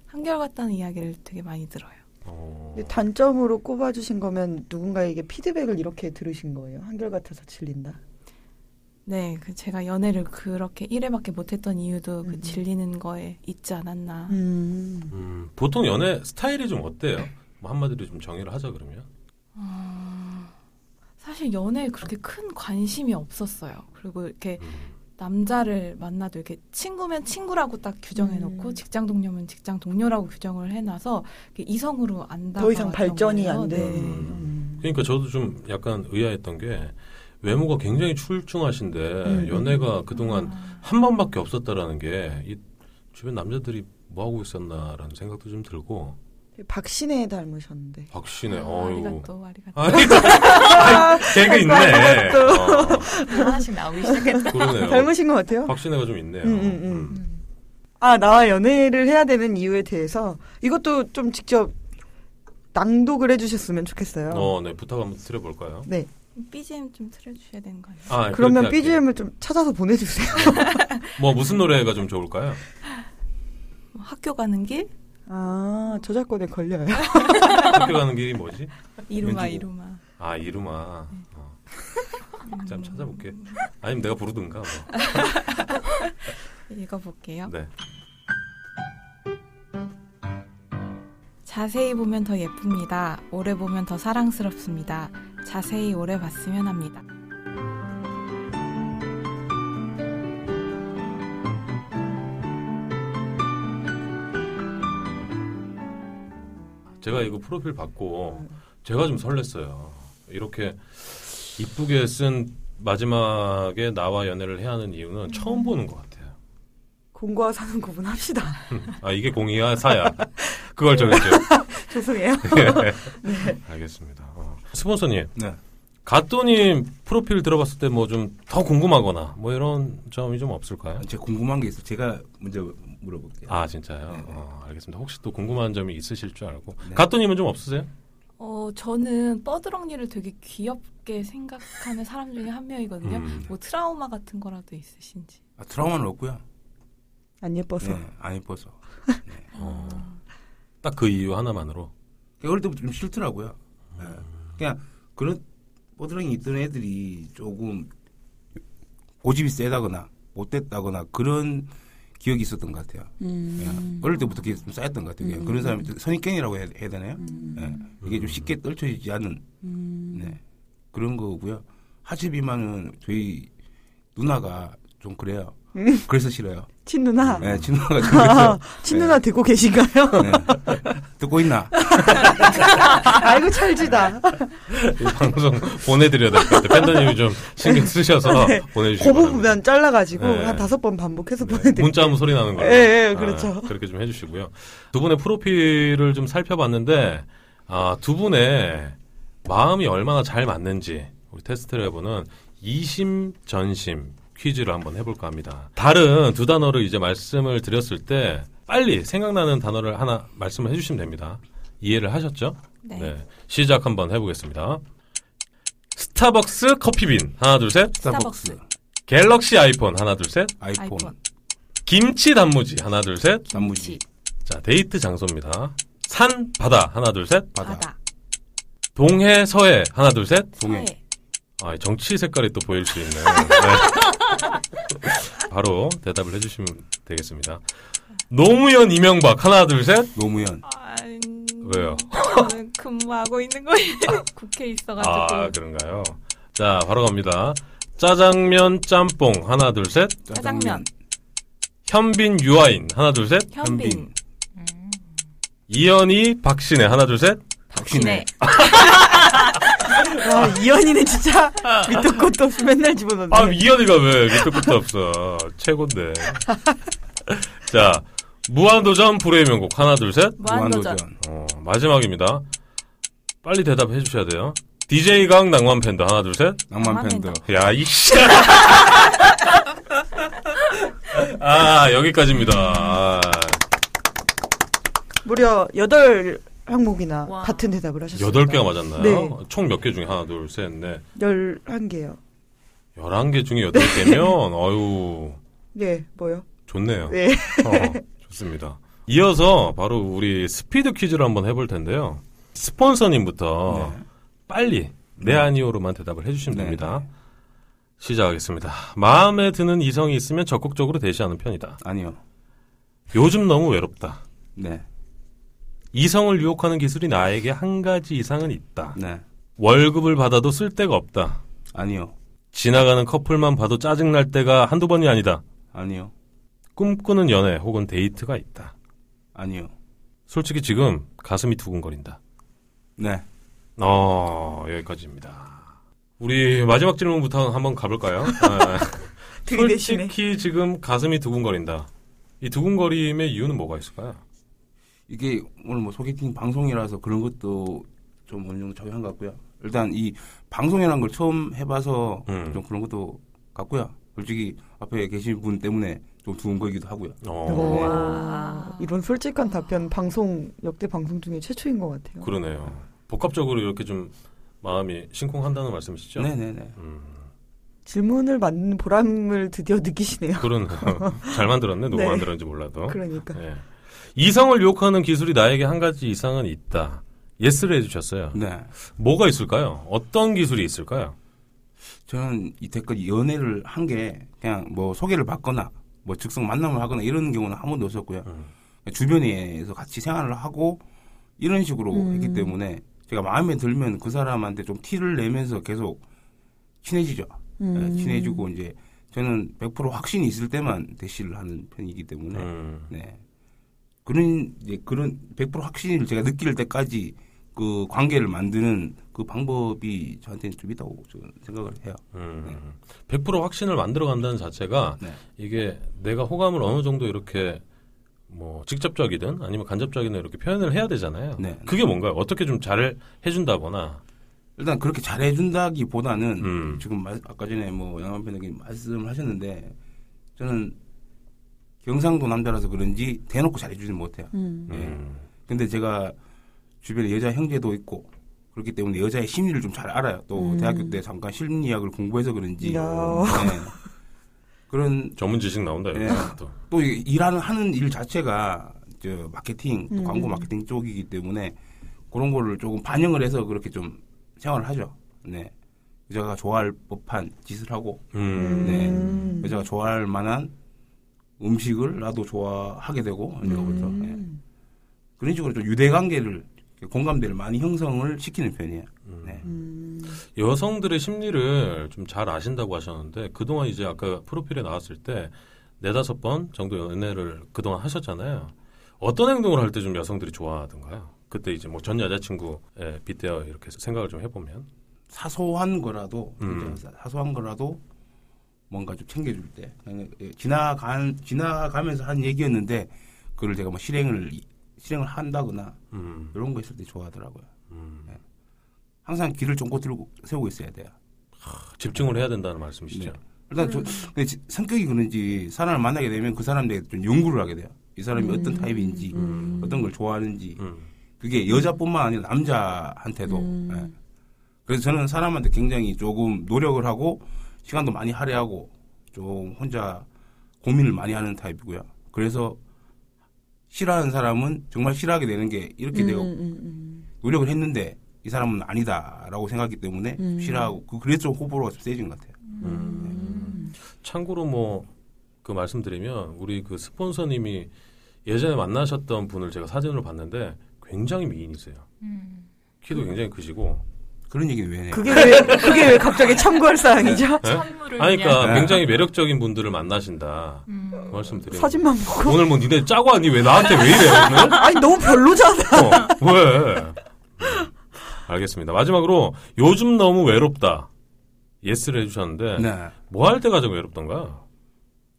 한결같다는 이야기를 되게 많이 들어요.
어.
근데 단점으로 꼽아주신 거면 누군가에게 피드백을 이렇게 들으신 거예요. 한결같아서 질린다.
네, 그 제가 연애를 그렇게 1회밖에 못했던 이유도 그
음.
질리는 거에 있지 않았나.
음.
음, 보통 연애 스타일이 좀 어때요? 뭐 한마디로 좀 정의를 하자 그러면.
어, 사실 연애에 그렇게 큰 관심이 없었어요. 그리고 이렇게
음,
남자를 만나도 이렇게 친구면 친구라고 딱 규정해놓고
음.
직장 동료면 직장 동료라고 규정을 해놔서 이렇게 이성으로 안다.
더 이상 발전이 안 돼.
네.
음.
그러니까 저도 좀 약간 의아했던 게 외모가 굉장히 출중하신데
음.
연애가 그동안
아,
한 번밖에 없었다라는 게 이 주변 남자들이 뭐 하고 있었나라는 생각도 좀 들고
음. 박신혜 닮으셨는데.
박신혜, 어이구.
아리가또 아리가또
아니, 개그
아,
있네. 어,
하나씩 나오기 시작했다.
그러네요.
닮으신 것 같아요.
박신혜가 좀 있네요.
음, 음, 음.
음.
아, 나와 연애를 해야 되는 이유에 대해서 이것도 좀 직접 낭독을 해주셨으면 좋겠어요.
어, 네, 부탁 한번 드려볼까요?
네.
BGM 좀 틀어주셔야 되는 거 아니에요?
아,
그러면
그렇게 할게요.
BGM을 좀 찾아서 보내주세요.
뭐, 무슨 노래가 좀 좋을까요?
뭐 학교 가는 길
아, 저작권에 걸려요.
학교 가는 길이 뭐지?
이루마
왠지
이루마
아, 이루마. 어. 참 찾아볼게. 아니면 내가 부르든가. 뭐.
읽어볼게요.
네.
자세히 보면 더 예쁩니다. 오래 보면 더 사랑스럽습니다. 자세히 오래 봤으면 합니다.
제가 이거 프로필 받고 제가 좀 설렜어요. 이렇게 이쁘게 쓴 마지막에 나와 연애를 해야 하는 이유는 처음 보는 것 같아요.
공과 사는 구분합시다.
아 이게 공이야 사야 그걸 정했죠.
죄송해요.
알겠습니다. 어. 스폰서님,
네.
가또님 프로필 들어봤을 때 뭐 좀 더 궁금하거나 뭐 이런 점이 좀 없을까요?
아, 제가 궁금한 게 있어. 제가 먼저 물어볼게요.
네.
아 진짜요? 어, 알겠습니다. 혹시 또 궁금한 점이 있으실 줄 알고
네.
가또님은 좀 없으세요?
어, 저는 뻐드렁니를 되게 귀엽게 생각하는 사람 중에 한 명이거든요.
음.
뭐 트라우마 같은 거라도 있으신지.
아, 트라우마는 없고요.
안 예뻐서.
네, 안 예뻐서.
어. 딱 그 이유 하나만으로.
그러니까 어릴 때부터 좀 싫더라고요. 예. 그냥 그런 뽀드렁이 있던 애들이 조금 고집이 세다거나 못됐다거나 그런 기억이 있었던 것 같아요.
음.
예. 어릴 때부터 그게 좀 쌓였던 것 같아요. 그냥 그런 사람이 선입견이라고 해야, 해야 되나요?
음.
예. 이게 좀 쉽게 떨쳐지지 않은 네. 그런 거고요. 하체비만은 저희 누나가 좀 그래요.
음.
그래서 싫어요.
아.
친누나.
예, 친누나가 좀 그래서
친누나 듣고 계신가요?
네. 듣고 있나?
아,
아이고, 찰지다.
이 방송 보내드려야 될 것 같아요. 팬더님이 좀 신경 쓰셔서 보내주시고.
그 부분 잘라가지고
네.
한 다섯 번 반복해서
네,
보내드릴게요.
문자 하면 소리 나는 거예요. 아,
예, 예, 그렇죠.
그렇게 좀 해주시고요. 두 분의 프로필을 좀 살펴봤는데 아, 두 분의 마음이 얼마나 잘 맞는지 우리 테스트를 해보는 이심 전심 퀴즈를 한번 해볼까 합니다. 다른 두 단어를 이제 말씀을 드렸을 때 빨리 생각나는 단어를 하나 말씀을 해주시면 됩니다. 이해를 하셨죠?
네.
시작 한번 해보겠습니다. 스타벅스 커피빈 하나 둘 셋.
스타벅스.
스타벅스,
갤럭시 아이폰 하나 둘 셋.
아이폰,
아이폰.
김치 단무지 하나 둘 셋.
단무지,
자, 데이트 장소입니다. 산, 바다, 하나, 둘, 셋.
바다,
동해, 서해, 하나, 둘, 셋.
동해,
서해,
아, 정치 색깔이 또 보일 수 있네요. 네. 바로 대답을 해주시면 되겠습니다. 노무현, 이명박, 하나, 둘, 셋.
노무현,
아니,
왜요?
저는 근무하고 있는 거예요. 국회에 있어가지고.
아, 그런가요? 자, 바로 갑니다. 짜장면, 짬뽕, 하나, 둘, 셋.
짜장면,
현빈, 유아인, 하나, 둘, 셋.
현빈,
현빈,
음,
이현희, 박신혜, 하나, 둘, 셋.
박신혜,
와, 아, 이현이는 진짜 밑도 끝도 없이 맨날 집어넣네.
아, 이현이가 왜 밑도 끝도 없어. 최고인데. 자, 무한도전 불의 명곡 하나, 둘, 셋.
무한도전,
어, 마지막입니다. 빨리 대답해 주셔야 돼요. DJ 강 낭만 팬더 하나, 둘, 셋.
낭만
낭만
팬더,
야, 이씨. 아, 여기까지입니다. 아,
무려 여덟 항목이나
와.
같은 대답을 하셨어요.
여덟 개가 맞았나요?
네.
총 몇 개 중에 하나, 둘, 셋, 넷.
11개요.
11개 중에 여덟 개면 어유
네, 뭐요?
좋네요.
네.
어, 좋습니다. 이어서 바로 우리 스피드 퀴즈를 한번 해볼 텐데요. 스폰서님부터
네.
빨리 네 아니오로만 대답을 해주시면
네.
됩니다. 시작하겠습니다. 마음에 드는 이성이 있으면 적극적으로 대시하는 편이다.
아니요,
요즘 너무 외롭다.
네,
이성을 유혹하는 기술이 나에게 한 가지 이상은 있다.
네,
월급을 받아도 쓸 데가 없다.
아니요,
지나가는 커플만 봐도 짜증날 때가 한두 번이 아니다.
아니요,
꿈꾸는 연애 혹은 데이트가 있다.
아니요,
솔직히 지금 가슴이 두근거린다.
네,
어, 여기까지입니다. 우리 마지막 질문부터 한번 가볼까요? 아,
들이대시네.
솔직히 지금 가슴이 두근거린다. 이 두근거림의 이유는 뭐가 있을까요?
이게 오늘 뭐 소개팅 방송이라서 그런 것도 좀 어느 정도 적용한 것 같고요. 일단 이 방송이라는 걸 처음 해봐서
음.
좀 그런 것도 같고요. 솔직히 앞에 계신 분 때문에 좀 두운 거기도 하고요.
어,
와, 네. 이런 솔직한 답변 방송 역대 방송 중에 최초인 것 같아요.
어, 그러네요. 복합적으로 이렇게 좀 마음이 심쿵한다는 말씀이시죠?
네네네.
음,
질문을 만드는 보람을 드디어 느끼시네요.
그런 잘 만들었네. 누구
네.
만들었는지 몰라도.
그러니까
예. 이성을 유혹하는 기술이 나에게 한 가지 이상은 있다. 예스를 해주셨어요.
네.
뭐가 있을까요? 어떤 기술이 있을까요?
저는 이때껏 연애를 한 게 그냥 뭐 소개를 받거나 뭐 즉석 만남을 하거나 이런 경우는 한 번도 없었고요.
음.
주변에서 같이 생활을 하고 이런 식으로
음.
했기 때문에 제가 마음에 들면 그 사람한테 좀 티를 내면서 계속 친해지죠. 네, 친해지고 이제 저는 100% 확신이 있을 때만 대시를 하는 편이기 때문에
음.
네. 그런 이제 그런 100% 확신을 제가 느낄 때까지 그 관계를 만드는 그 방법이 저한테는 좀 있다고 저는 생각을 해요.
음. 100% 확신을 만들어 간다는 자체가
네.
이게 내가 호감을 어느 정도 이렇게 뭐 직접적이든 아니면 간접적이든 이렇게 표현을 해야 되잖아요.
네.
그게 뭔가요? 어떻게 좀 잘 해준다거나.
일단 그렇게 잘해준다기보다는
음.
지금 마- 아까 전에 뭐 양한 변호사님 말씀을 하셨는데 저는 경상도 남자라서 그런지 대놓고 잘해주지 못해요.
음.
네.
음.
근데 제가 주변에 여자 형제도 있고 그렇기 때문에 여자의 심리를 좀 잘 알아요. 또
음.
대학교 때 잠깐 심리학을 공부해서 그런지
야.
네. 그런
전문 지식 나온다. 여기
네.
또.
또 이- 일하는 하는 일 자체가 저 마케팅, 또
음.
광고 마케팅 쪽이기 때문에 그런 거를 조금 반영을 해서 그렇게 좀 생활을 하죠. 네. 여자가 좋아할 법한 짓을 하고
음.
네.
음.
여자가 좋아할 만한 음식을 나도 좋아하게 되고 이거부터 예.
음.
그런 식으로 좀 유대 관계를 공감대를 많이 형성을 시키는 편이에요.
음.
네.
음.
여성들의 심리를 좀 잘 아신다고 하셨는데 그동안 이제 아까 프로필에 나왔을 때 네다섯 번 정도 연애를 그동안 하셨잖아요. 어떤 행동을 할 때 좀 여성들이 좋아하던가요? 그때 이제 뭐 전 여자친구에 빗대어 이렇게 생각을 좀 해보면
사소한 거라도
음.
이제 사소한 거라도 뭔가 좀 챙겨줄 때 그냥, 예, 지나간 지나가면서 한 얘기였는데 그걸 제가 뭐 실행을 이- 실행을 한다거나
음,
이런 거 있을 때 좋아하더라고요. 예.
음.
항상 길을 쫑긋 들고 세우고 있어야 돼요.
집중을 해야 된다는 말씀이시죠?
일단 저 근데 지- 성격이 그런지 사람을 만나게 되면 그 사람에 대해 좀 연구를 하게 돼요. 이 사람이 어떤 타입인지
음.
어떤 걸 좋아하는지
음.
그게 여자뿐만 아니라 남자한테도.
음.
예. 그래서 저는 사람한테 굉장히 조금 노력을 하고 시간도 많이 할애하고 좀 혼자 고민을 많이 하는 타입이고요. 그래서 싫어하는 사람은 정말 싫어하게 되는 게 이렇게
음,
되고
음, 음,
노력을 했는데 이 사람은 아니다라고 생각했기 때문에
음.
싫어하고 그- 그래서 좀 호불호가 좀 세진 것 같아요.
음.
참고로 뭐 그 말씀드리면 우리 그 스폰서님이 예전에 만나셨던 분을 제가 사진으로 봤는데 굉장히 미인이세요.
음.
키도 굉장히 크시고
그런 얘기는 왜 해요?
그게 왜 그게 왜 갑자기 참고할 사항이죠?
예?
찬물을
네? 아니, 그러니까
네.
굉장히 매력적인 분들을 만나신다.
음.
그 말씀 드리는
사진만
거예요.
보고
오늘 뭐 니네 짜고 하니 왜 나한테 왜 이래 오늘?
뭐
아니 너무 별로잖아.
어, 왜? 음, 알겠습니다. 마지막으로 요즘 너무 외롭다. 예스를 해주셨는데
네.
뭐 할 때가 좀 외롭던가?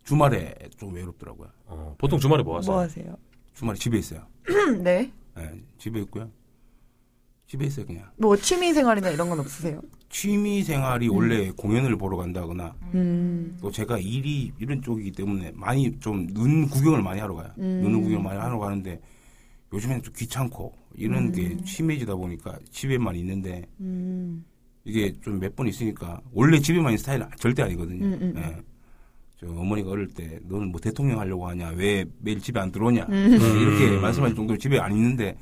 주말에 좀 외롭더라고요.
어, 보통 주말에 뭐 하세요?
뭐 하세요?
주말에 집에 있어요.
네.
예, 집에 있고요. 집에 있어요 그냥.
뭐 취미 생활이나 이런 건 없으세요?
취미 생활이 원래 공연을 보러 간다거나
음.
또 제가 일이 이런 쪽이기 때문에 많이 좀 눈 구경을 많이 하러 가요.
음.
눈 구경을 많이 하러 가는데 요즘에는 좀 귀찮고 이런 게 심해지다 보니까 집에만 있는데
음.
이게 좀 몇 번 있으니까 원래 집에만 있는 스타일은 절대 아니거든요.
음, 음,
예. 저 어머니가 어릴 때 너는 뭐 대통령 하려고 하냐 왜 매일 집에 안 들어오냐
음.
이렇게 말씀하실 정도로 집에 안 있는데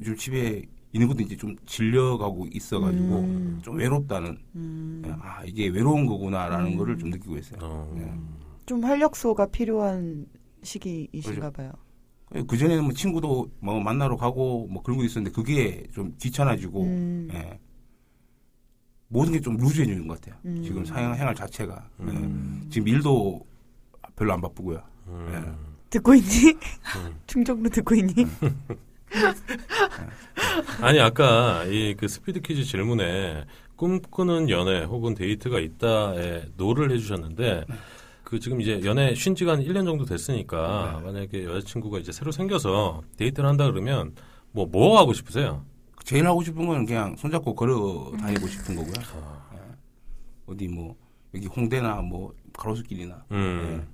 요즘 집에 있는 것도 이제 좀 질려가고 있어가지고
음.
좀 외롭다는
음.
예, 아 이게 외로운 거구나라는 거를 좀 느끼고 있어요.
어,
좀 활력소가 필요한 시기이신가 봐요.
그 전에는 뭐 친구도 뭐 만나러 가고 뭐 그런 거 있었는데 그게 좀 귀찮아지고
음.
예. 모든 게 좀 루즈해지는 것 같아요.
음.
지금 사양 생활 자체가 예.
음.
지금 일도 별로 안 바쁘고요. 예.
음.
듣고 있니?
음.
충격으로 듣고 있니?
아니 아까 이 그 스피드 퀴즈 질문에 꿈꾸는 연애 혹은 데이트가 있다에 노를 해주셨는데 그 지금 이제 연애 쉰 지가 한 1년 정도 됐으니까 만약에 여자친구가 이제 새로 생겨서 데이트를 한다 그러면 뭐 뭐 하고 싶으세요?
제일 하고 싶은 건 그냥 손잡고 걸어
음.
다니고 싶은 거고요.
아.
예. 어디 뭐 여기 홍대나 뭐 가로수길이나
음.
예.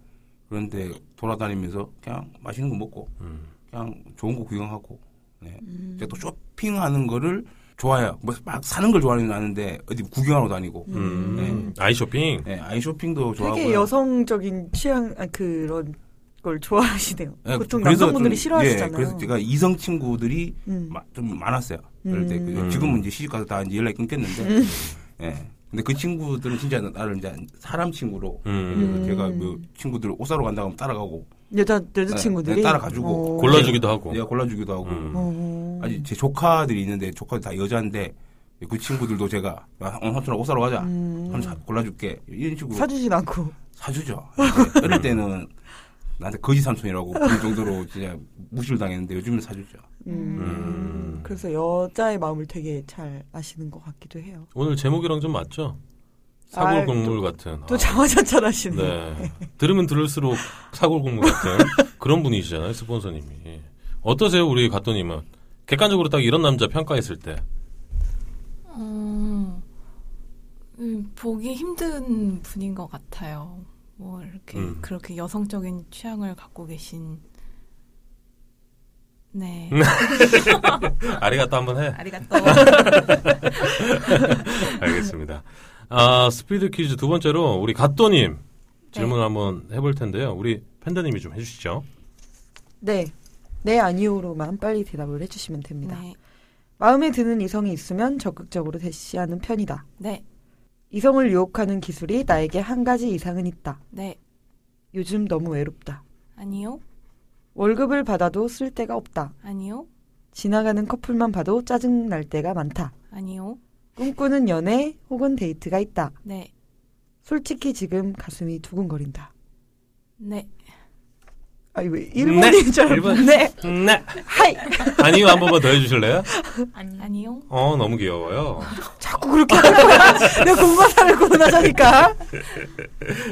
그런데 돌아다니면서 그냥 맛있는 거 먹고
음.
그냥 좋은 거 구경하고 네. 제가 또 쇼핑하는 거를 좋아해요. 뭐 막 사는 걸 좋아하는 건 아는데 어디 구경하러 다니고
음. 아이쇼핑.
네, 아이 쇼핑도 좋아하고
되게 여성적인 취향 아, 그런 걸 좋아하시네요.
네,
보통
그래서
남성분들이
좀,
싫어하시잖아요.
예, 그래서 제가 이성 친구들이
음.
마- 좀 많았어요. 그럴 때
음.
그- 지금은 이제 시집 가서 다 이제 연락이 끊겼는데, 예. 근데 그 친구들은 진짜 나를 이제 사람 친구로
음.
그래서 제가 그 친구들 옷 사러 간다고 하면 따라가고
여자 여자 친구들이
네, 따라가지고.
어.
골라주기도 하고.
내가 골라주기도 하고
음.
어.
아니 제 조카들이 있는데 조카들 다 여자인데 그 친구들도 제가 야, 오늘 삼촌아 옷 사러 가자
음.
삼촌 사- 골라줄게 이런 식으로
사주진 않고
사주... 죠 어릴 때는 나한테 거지 삼촌이라고 그런 정도로 진짜 무시를 당했는데 요즘은 사주죠
음.
음.
그래서 여자의 마음을 되게 잘 아시는 것 같기도 해요.
오늘 제목이랑 좀 맞죠?
아,
사골국물 같은.
또
아,
자화자찬하시네.
네. 들으면 들을수록 사골국물 같은 그런 분이시잖아요, 스폰서님이. 어떠세요, 우리 가토님은? 객관적으로 딱 이런 남자 평가했을 때.
어, 음, 보기 힘든 분인 것 같아요. 뭐 이렇게
음.
그렇게 여성적인 취향을 갖고 계신 네.
아리가또 한번 해.
아리가또.
알겠습니다. 아, 스피드 퀴즈 두 번째로 우리 갓도님 질문 을 한번 해볼 텐데요. 우리 팬더님이 좀 해주시죠.
네. 네 아니오로만 빨리 대답을 해주시면 됩니다.
네.
마음에 드는 이성이 있으면 적극적으로 대시하는 편이다.
네.
이성을 유혹하는 기술이 나에게 한 가지 이상은 있다.
네.
요즘 너무 외롭다.
아니요.
월급을 받아도 쓸 데가 없다.
아니요.
지나가는 커플만 봐도 짜증 날 때가 많다.
아니요.
꿈꾸는 연애 혹은 데이트가 있다.
네.
솔직히 지금 가슴이 두근거린다.
네.
아니 왜 일본인 줄
일본.
알았네.
네.
하이.
아니요, 한 번만 더 해주실래요?
아니.
아니요.
어, 너무 귀여워요.
자꾸 그렇게 하는 거야. 내가 공과사를 구분하자니까.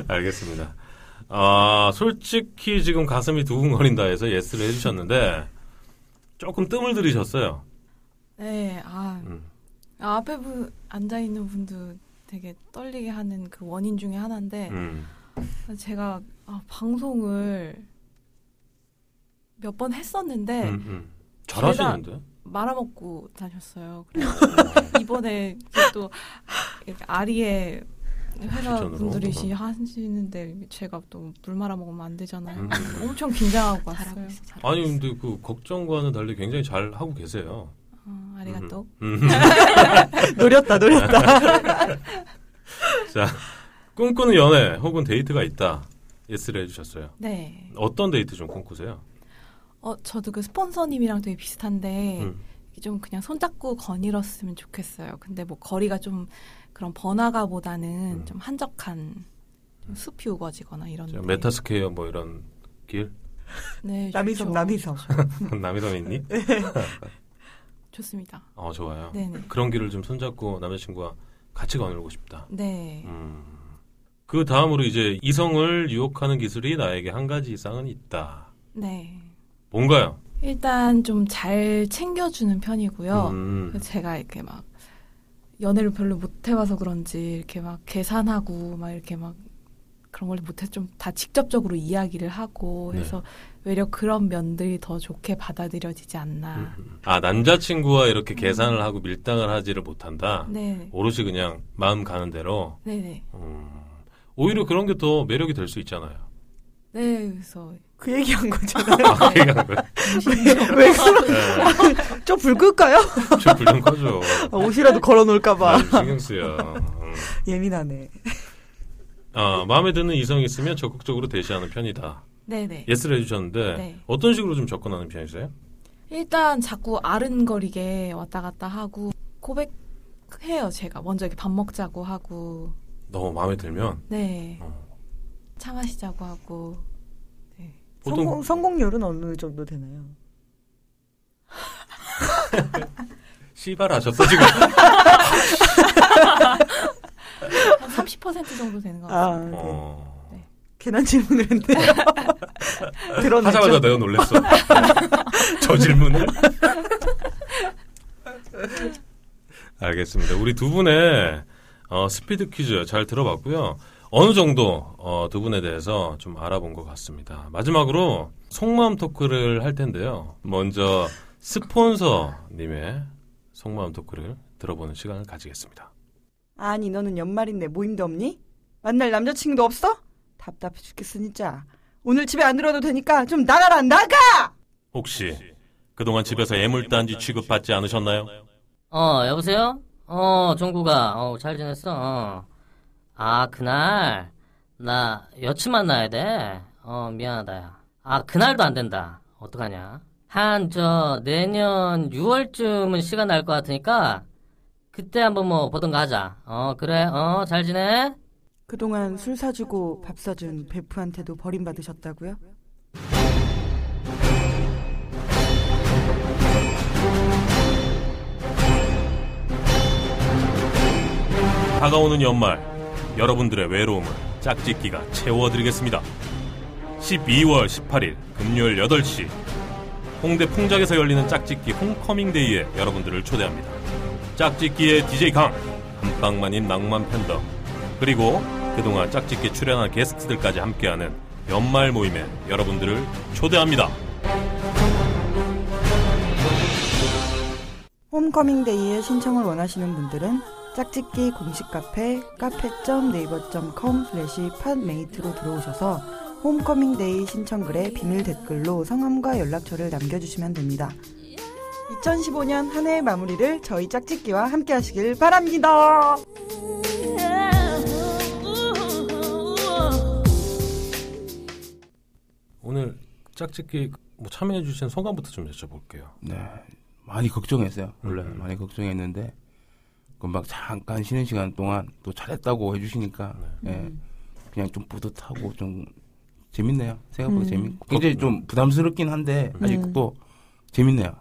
알겠습니다. 아, 솔직히 지금 가슴이 두근거린다 해서 예스를 해주셨는데 조금 뜸을 들이셨어요.
네. 아,
음.
아, 앞에 분 앉아 있는 분도 되게 떨리게 하는 그 원인 중에 하나인데
음.
제가 아, 방송을 몇 번 했었는데
음, 음. 잘하시는데?
말아먹고 다녔어요. 그래서 이번에 또 이렇게 아리에 회사
추천으로.
분들이 시- 하시는데 제가 또 물 말아먹으면 안 되잖아요.
음.
엄청 긴장하고 왔어요.
잘하고 있어. 잘하고
아니,
있어.
근데 그 걱정과는 달리 굉장히 잘 하고 계세요.
어, 아리가또.
음.
노렸다 노렸다.
자, 꿈꾸는 연애 혹은 데이트가 있다. 예스를 해주셨어요.
네.
어떤 데이트 좀 꿈꾸세요?
어, 저도 그 스폰서님이랑 되게 비슷한데
음.
좀 그냥 손잡고 거닐었으면 좋겠어요. 근데 뭐 거리가 좀 그런 번화가보다는
음.
좀 한적한 좀 숲이 우거지거나 이런.
저
데.
메타스퀘어 뭐 이런 길?
네,
남이섬
좋죠.
남이섬.
남이섬 있니?
좋습니다.
어, 좋아요.
네. 네네.
그런 길을 좀 손잡고 남자친구와 같이 거닐고 싶다.
네.
음. 그 다음으로 이제 이성을 유혹하는 기술이 나에게 한 가지 이상은 있다.
네.
뭔가요?
일단 좀 잘 챙겨주는 편이고요.
음.
제가 이렇게 막 연애를 별로 못 해봐서 그런지 이렇게 막 계산하고 막 이렇게 막 그런 걸 못해 좀 다 직접적으로 이야기를 하고
네.
해서 외려 그런 면들이 더 좋게 받아들여지지 않나.
아, 남자친구와 이렇게 계산을 하고 밀당을 하지를 못한다?
네,
오롯이 그냥 마음 가는 대로.
네, 네,
음. 오히려 그런 게 더 매력이 될 수 있잖아요.
네. 그래서
그 얘기한 거잖아.
아, 그냥 왜?
왜 그런?
네,
좀 불끌까요?
좀불좀 꺼줘.
아, 옷이라도 걸어놓을까봐
아, 신경 쓰여. 음.
예민하네.
아, 마음에 드는 이성이 있으면 적극적으로 대시하는 편이다.
네, 네.
예스를 해주셨는데
네.
어떤 식으로 좀 접근하는 편이세요?
일단 자꾸 아른거리게 왔다 갔다 하고 고백해요. 제가 먼저 이렇게 밥 먹자고 하고
너무 마음에 들면
네.
어.
차 마시자고 하고. 네.
보통
성공 성공률은 어느 정도 되나요?
씨발하셨어 지금.
한 30% 정도 되는 것 같아요.
아, 네.
어,
괜한 질문을 했네요. 드러냈죠.
하자마자 네. 내가 놀랬어. 저 질문을. 알겠습니다. 우리 두 분의 어, 스피드 퀴즈 잘 들어봤고요. 어느 정도 어, 두 분에 대해서 좀 알아본 것 같습니다. 마지막으로 속마음 토크를 할 텐데요. 먼저 스폰서님의 속마음 토크를 들어보는 시간을 가지겠습니다.
아니 너는 연말인데 모임도 없니? 만날 남자친구도 없어? 답답해 죽겠어 진짜. 오늘 집에 안 들어도 되니까 좀 나가라 나가.
혹시 그동안 집에서 애물단지 취급받지 않으셨나요?
어, 여보세요? 어, 종구가. 어, 잘 지냈어? 어. 아, 그날. 나 여친 만나야 돼. 어, 미안하다, 야. 아, 그날도 안 된다. 어떡하냐? 한, 저, 내년 6월쯤은 시간 날 것 같으니까, 그때 한번 뭐 보던가 하자. 어, 그래. 어, 잘 지내?
그동안 술 사주고 밥 사준 베프한테도 버림받으셨다고요?
다가오는 연말 여러분들의 외로움을 짝짓기가 채워드리겠습니다. 12월 18일 금요일 8시 홍대 풍작에서 열리는 짝짓기 홈커밍데이에 여러분들을 초대합니다. 짝짓기의 DJ 강, 한방만인 낭만 팬덤, 그리고 그동안 짝짓기 출연한 게스트들까지 함께하는 연말 모임에 여러분들을 초대합니다.
홈커밍데이에 신청을 원하시는 분들은 짝짓기 공식 카페 카페.네이버.com 슬래시 팟메이트로 들어오셔서 홈커밍데이 신청글에 비밀 댓글로 성함과 연락처를 남겨주시면 됩니다. 2015년 한 해의 마무리를 저희 짝짓기와 함께 하시길 바랍니다.
오늘 짝짓기 뭐 참여해주신 소감부터 좀 여쭤볼게요.
네. 많이 걱정했어요. 원래
음.
많이 걱정했는데 금방 잠깐 쉬는 시간 동안 또 잘했다고 해주시니까
네.
예, 그냥 좀 뿌듯하고 좀 재밌네요. 생각보다
음.
재밌고 굉장히 좀 부담스럽긴 한데 아직도 재밌네요.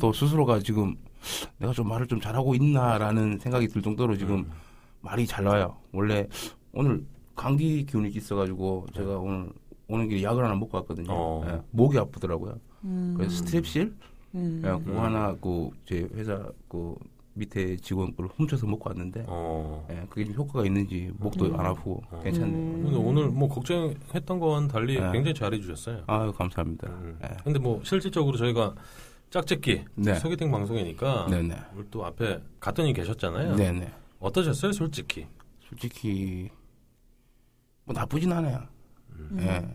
또 스스로가 지금 내가 좀 말을 좀 잘하고 있나라는 생각이 들 정도로 지금
음.
말이 잘 나와요. 원래 오늘 감기 기운이 있어가지고 제가 오늘 오는 길에 약을 하나 먹고 왔거든요.
네. 어.
예, 목이 아프더라고요. 그래서 스트랩실
음.
야, 그거 예, 하나 그 제 회사 그 밑에 직원 걸 훔쳐서 먹고 왔는데
어.
예, 그게 좀 효과가 있는지 목도 안 아프고
어.
음.
괜찮네요.
근데 오늘 뭐 걱정했던 거와는 달리
네.
굉장히 잘해주셨어요.
아유 감사합니다.
음.
예.
근데 뭐 실질적으로 저희가 짝짓기
네.
소개팅 방송이니까
네네.
오늘 또 앞에 갔더니 계셨잖아요.
네네.
어떠셨어요, 솔직히?
솔직히 뭐 나쁘진 않아요. 예.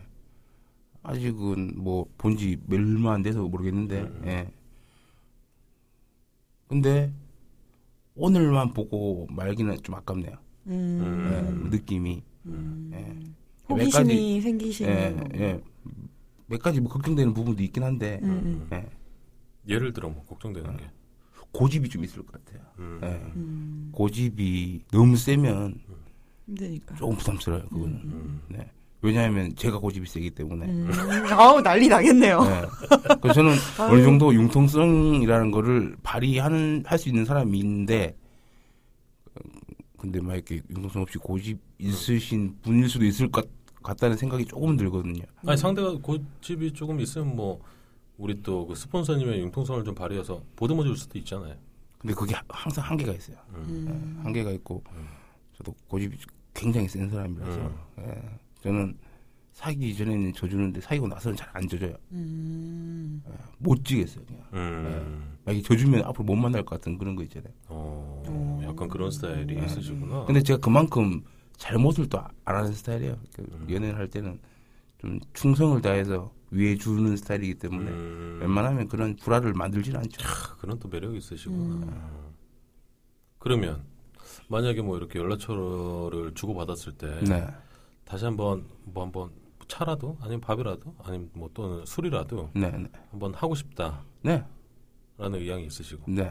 아직은 뭐 본지 얼마 안 돼서 모르겠는데. 예. 근데 오늘만 보고 말기는 좀 아깝네요.
음,
예, 느낌이. 예.
음. 호기심이
몇 가지-
생기시는
예,
거고.
예. 몇 가지 뭐 걱정되는 부분도 있긴 한데
음, 음.
예.
예를 들어 뭐 걱정되는 게.
고집이 좀 있을 것 같아요.
음.
예.
음.
고집이 너무 세면
힘드니까.
조금 부담스러워요. 그거는.
음.
네. 왜냐하면 제가 고집이 세기 때문에.
음.
아우 난리 나겠네요.
네. 그래서 저는 어느 정도 융통성이라는 거를 발휘하는 할 수 있는 사람인데 어, 근데 막 이렇게 융통성 없이 고집 있으신 분일 수도 있을 것 같다는 생각이 조금 들거든요.
아니 상대가 고집이 조금 있으면 뭐 우리 또 그 스폰서님의 융통성을 좀 발휘해서 보듬어 줄 수도 있잖아요.
근데 그게 하- 항상 한계가 있어요.
음.
예, 한계가 있고 저도 고집이 굉장히 센 사람이라서
음.
예, 저는 사귀기 전에는 져주는데 사귀고 나서는 잘 안 져줘요. 예,
음.
못 지겠어요. 그냥
음.
만약에 져주면 앞으로 못 만날 것 같은 그런 거 있잖아요.
어, 약간 그런 스타일이 있으시구나.
네. 근데 제가 그만큼 잘못을 또 안 하는 스타일이에요. 그
음.
연애를 할 때는 좀 충성을 다해서 위해 주는 스타일이기 때문에
음.
웬만하면 그런 불화를 만들진 않죠.
크, 그런 또 매력이 있으시구나. 음. 그러면 만약에 뭐 이렇게 연락처를 주고 받았을 때
네.
다시 한번 뭐 한번 차라도 아니면 밥이라도 아니면 뭐 또는 술이라도
네. 네.
한번 하고 싶다라는
네.
의향이 있으시고
네.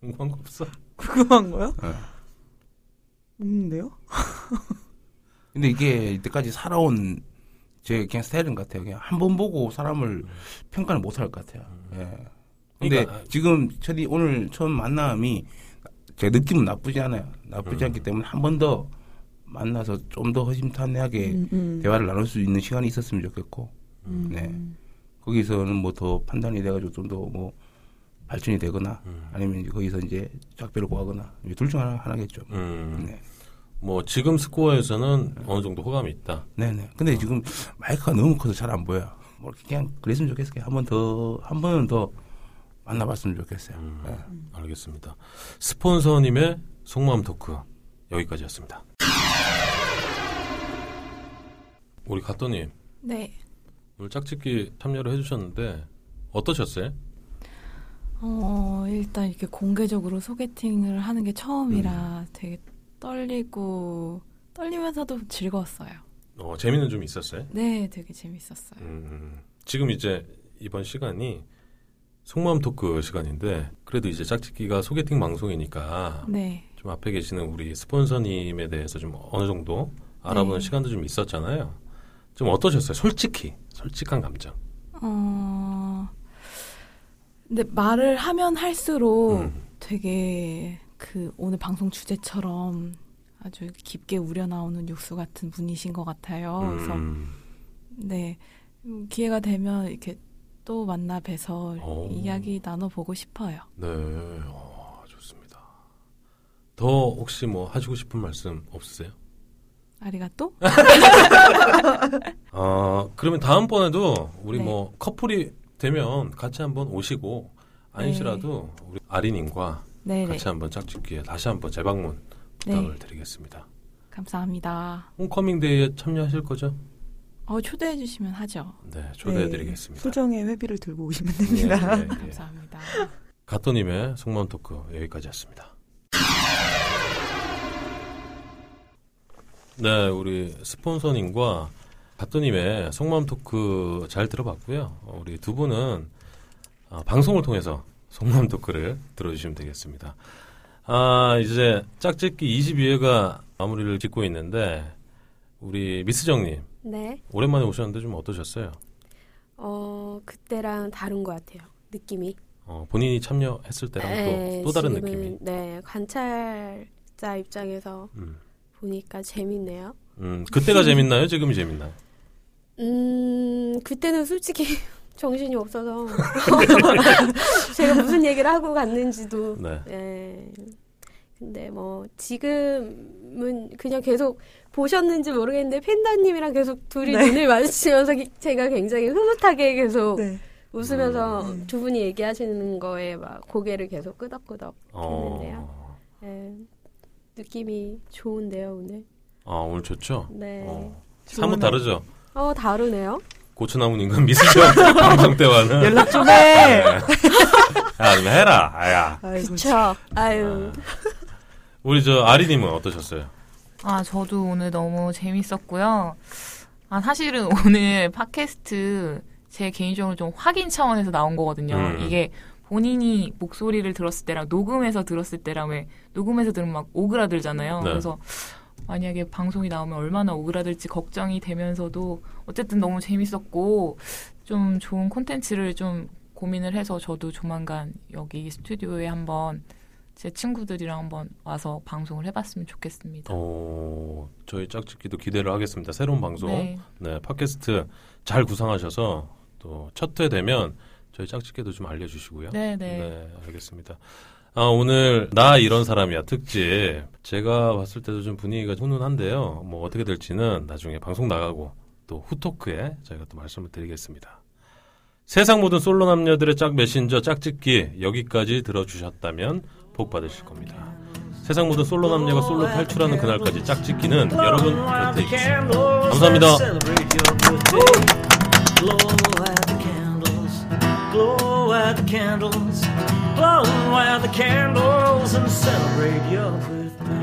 궁금한 거 없어?
궁금한 거요?
네.
없는데요?
근데 이게 이때까지 살아온 제 그냥 스타일인 것 같아요. 그냥 한 번 보고 사람을 평가를
음.
못 할 것 같아요. 예. 근데
그러니까-
지금 첫이 오늘 처음 만남이 제 느낌은 나쁘지 않아요. 나쁘지
음.
않기 때문에 한 번 더 만나서 좀 더
예,
허심탄회하게
음, 음.
대화를 나눌 수 있는 시간이 있었으면 좋겠고
음.
네. 거기서는 뭐 더 판단이 돼가지고 좀 더 뭐 발전이 되거나
음.
아니면 이제 거기서 이제 작별을 구하거나 둘 중 하나 하나겠죠.
음.
네.
뭐 지금 스코어에서는 어느 정도 호감이 있다.
네네. 근데 지금 마이크가 너무 커서 잘 안 보여. 뭐 그냥 그랬으면 좋겠어요. 한 번 더, 한 번은 더 만나봤으면 좋겠어요.
음.
네.
알겠습니다. 스폰서님의 속마음 토크 여기까지였습니다. 우리 가또님
네.
오늘 짝짓기 참여를 해주셨는데 어떠셨어요?
어, 일단 이렇게 공개적으로 소개팅을 하는 게 처음이라 되게 떨리고 떨리면서도 즐거웠어요.
어, 재미는 좀 있었어요?
네, 되게 재밌었어요.
음, 지금 이제 이번 시간이 속마음 토크 시간인데 그래도 이제 짝짓기가 소개팅 방송이니까
네.
좀 앞에 계시는 우리 스폰서님에 대해서 좀 어느 정도 알아보는
네.
시간도 좀 있었잖아요. 좀 어떠셨어요? 솔직히 솔직한 감정.
어. 근데 말을 하면 할수록
음.
되게 그 오늘 방송 주제처럼 아주 깊게 우려나오는 육수 같은 분이신 것 같아요. 그래서
음.
네 음, 기회가 되면 이렇게 또 만나 뵈서
오.
이야기 나눠보고 싶어요.
네, 어, 좋습니다. 더 혹시 뭐 하시고 싶은 말씀 없으세요?
아리가또?
아, 그러면 다음번에도 우리
네.
뭐 커플이 되면 같이 한번 오시고 아니시라도 우리 아린님과
네네. 네.
같이 한번 짝짓기에 다시 한번 재방문 부탁을 드리겠습니다.
감사합니다.
홈커밍데이에 참여하실 거죠?
어, 초대해주시면 하죠.
네, 초대해드리겠습니다.
소정의 회비를 들고 오시면
예,
됩니다.
예, 예.
감사합니다.
가토님의 속마음 토크 여기까지였습니다. 네, 우리 스폰서님과 가토님의 속마음 토크 잘 들어봤고요. 어, 우리 두 분은 아, 방송을 통해서 속마음 토크를 들어주시면 되겠습니다. 아, 이제 짝짓기 22회가 마무리를 짓고 있는데 우리 미스정님
네.
오랜만에 오셨는데 좀 어떠셨어요?
어, 그때랑 다른 것 같아요. 느낌이.
어, 본인이 참여했을 때랑
에,
또, 또 다른
지금은,
느낌이.
네, 관찰자 입장에서
음.
보니까 재밌네요.
음, 그때가 재밌나요? 지금이 재밌나요?
음, 그때는 솔직히 정신이 없어서 제가 무슨 얘기를 하고 갔는지도.
네.
네. 근데 뭐 지금은 그냥 계속 보셨는지 모르겠는데 팬다님이랑 계속 둘이
네.
눈을 마주치면서 기- 제가 굉장히 흐뭇하게
예.
계속
네.
웃으면서
음.
두 분이 얘기하시는 거에 막 고개를 계속 끄덕끄덕.
어.
재밌네요. 예, 느낌이 좋은데요 오늘.
아, 오늘 좋죠?
네.
어.
좋아요.
사뭇 다르죠?
어 다르네요.
고추나무 인간 미스죠? 방송 때와는.
연락 네. 좀 해.
야, 좀 해라. 아야.
아이고,
그쵸. 아유.
우리 저 아리님은 어떠셨어요?
아, 저도 오늘 너무 재밌었고요. 아, 사실은 오늘 팟캐스트 제 개인적으로 좀 확인 차원에서 나온 거거든요.
음.
이게 본인이 목소리를 들었을 때랑 녹음해서 들었을 때랑 왜 녹음해서 들으면 막 오그라들잖아요.
네.
그래서 만약에 방송이 나오면 얼마나 오그라들지 걱정이 되면서도 어쨌든 너무 재밌었고 좀 좋은 콘텐츠를 좀 고민을 해서 저도 조만간 여기 스튜디오에 한번 제 친구들이랑 한번 와서 방송을 해봤으면 좋겠습니다.
어, 저희 짝짓기도 기대를 하겠습니다. 새로운 방송. 네,
네.
팟캐스트 잘 구상하셔서 또 첫 회 되면 저희 짝짓기도 좀 알려주시고요.
네, 네.
알겠습니다. 아, 오늘 나 이런 사람이야 특집. 제가 봤을 때도 좀 분위기가 훈훈한데요. 뭐 어떻게 될지는 나중에 방송 나가고 또 후토크에 저희가 또 말씀을 드리겠습니다. 세상 모든 솔로 남녀들의 짝 메신저 짝짓기 여기까지 들어주셨다면 복 받으실 겁니다. 세상 모든 솔로 남녀가 솔로 탈출하는 그날까지 짝짓기는 여러분 곁에 있습니다. 감사합니다.
Blow out the candles, blow out the candles, blow out the candles and celebrate your birthday.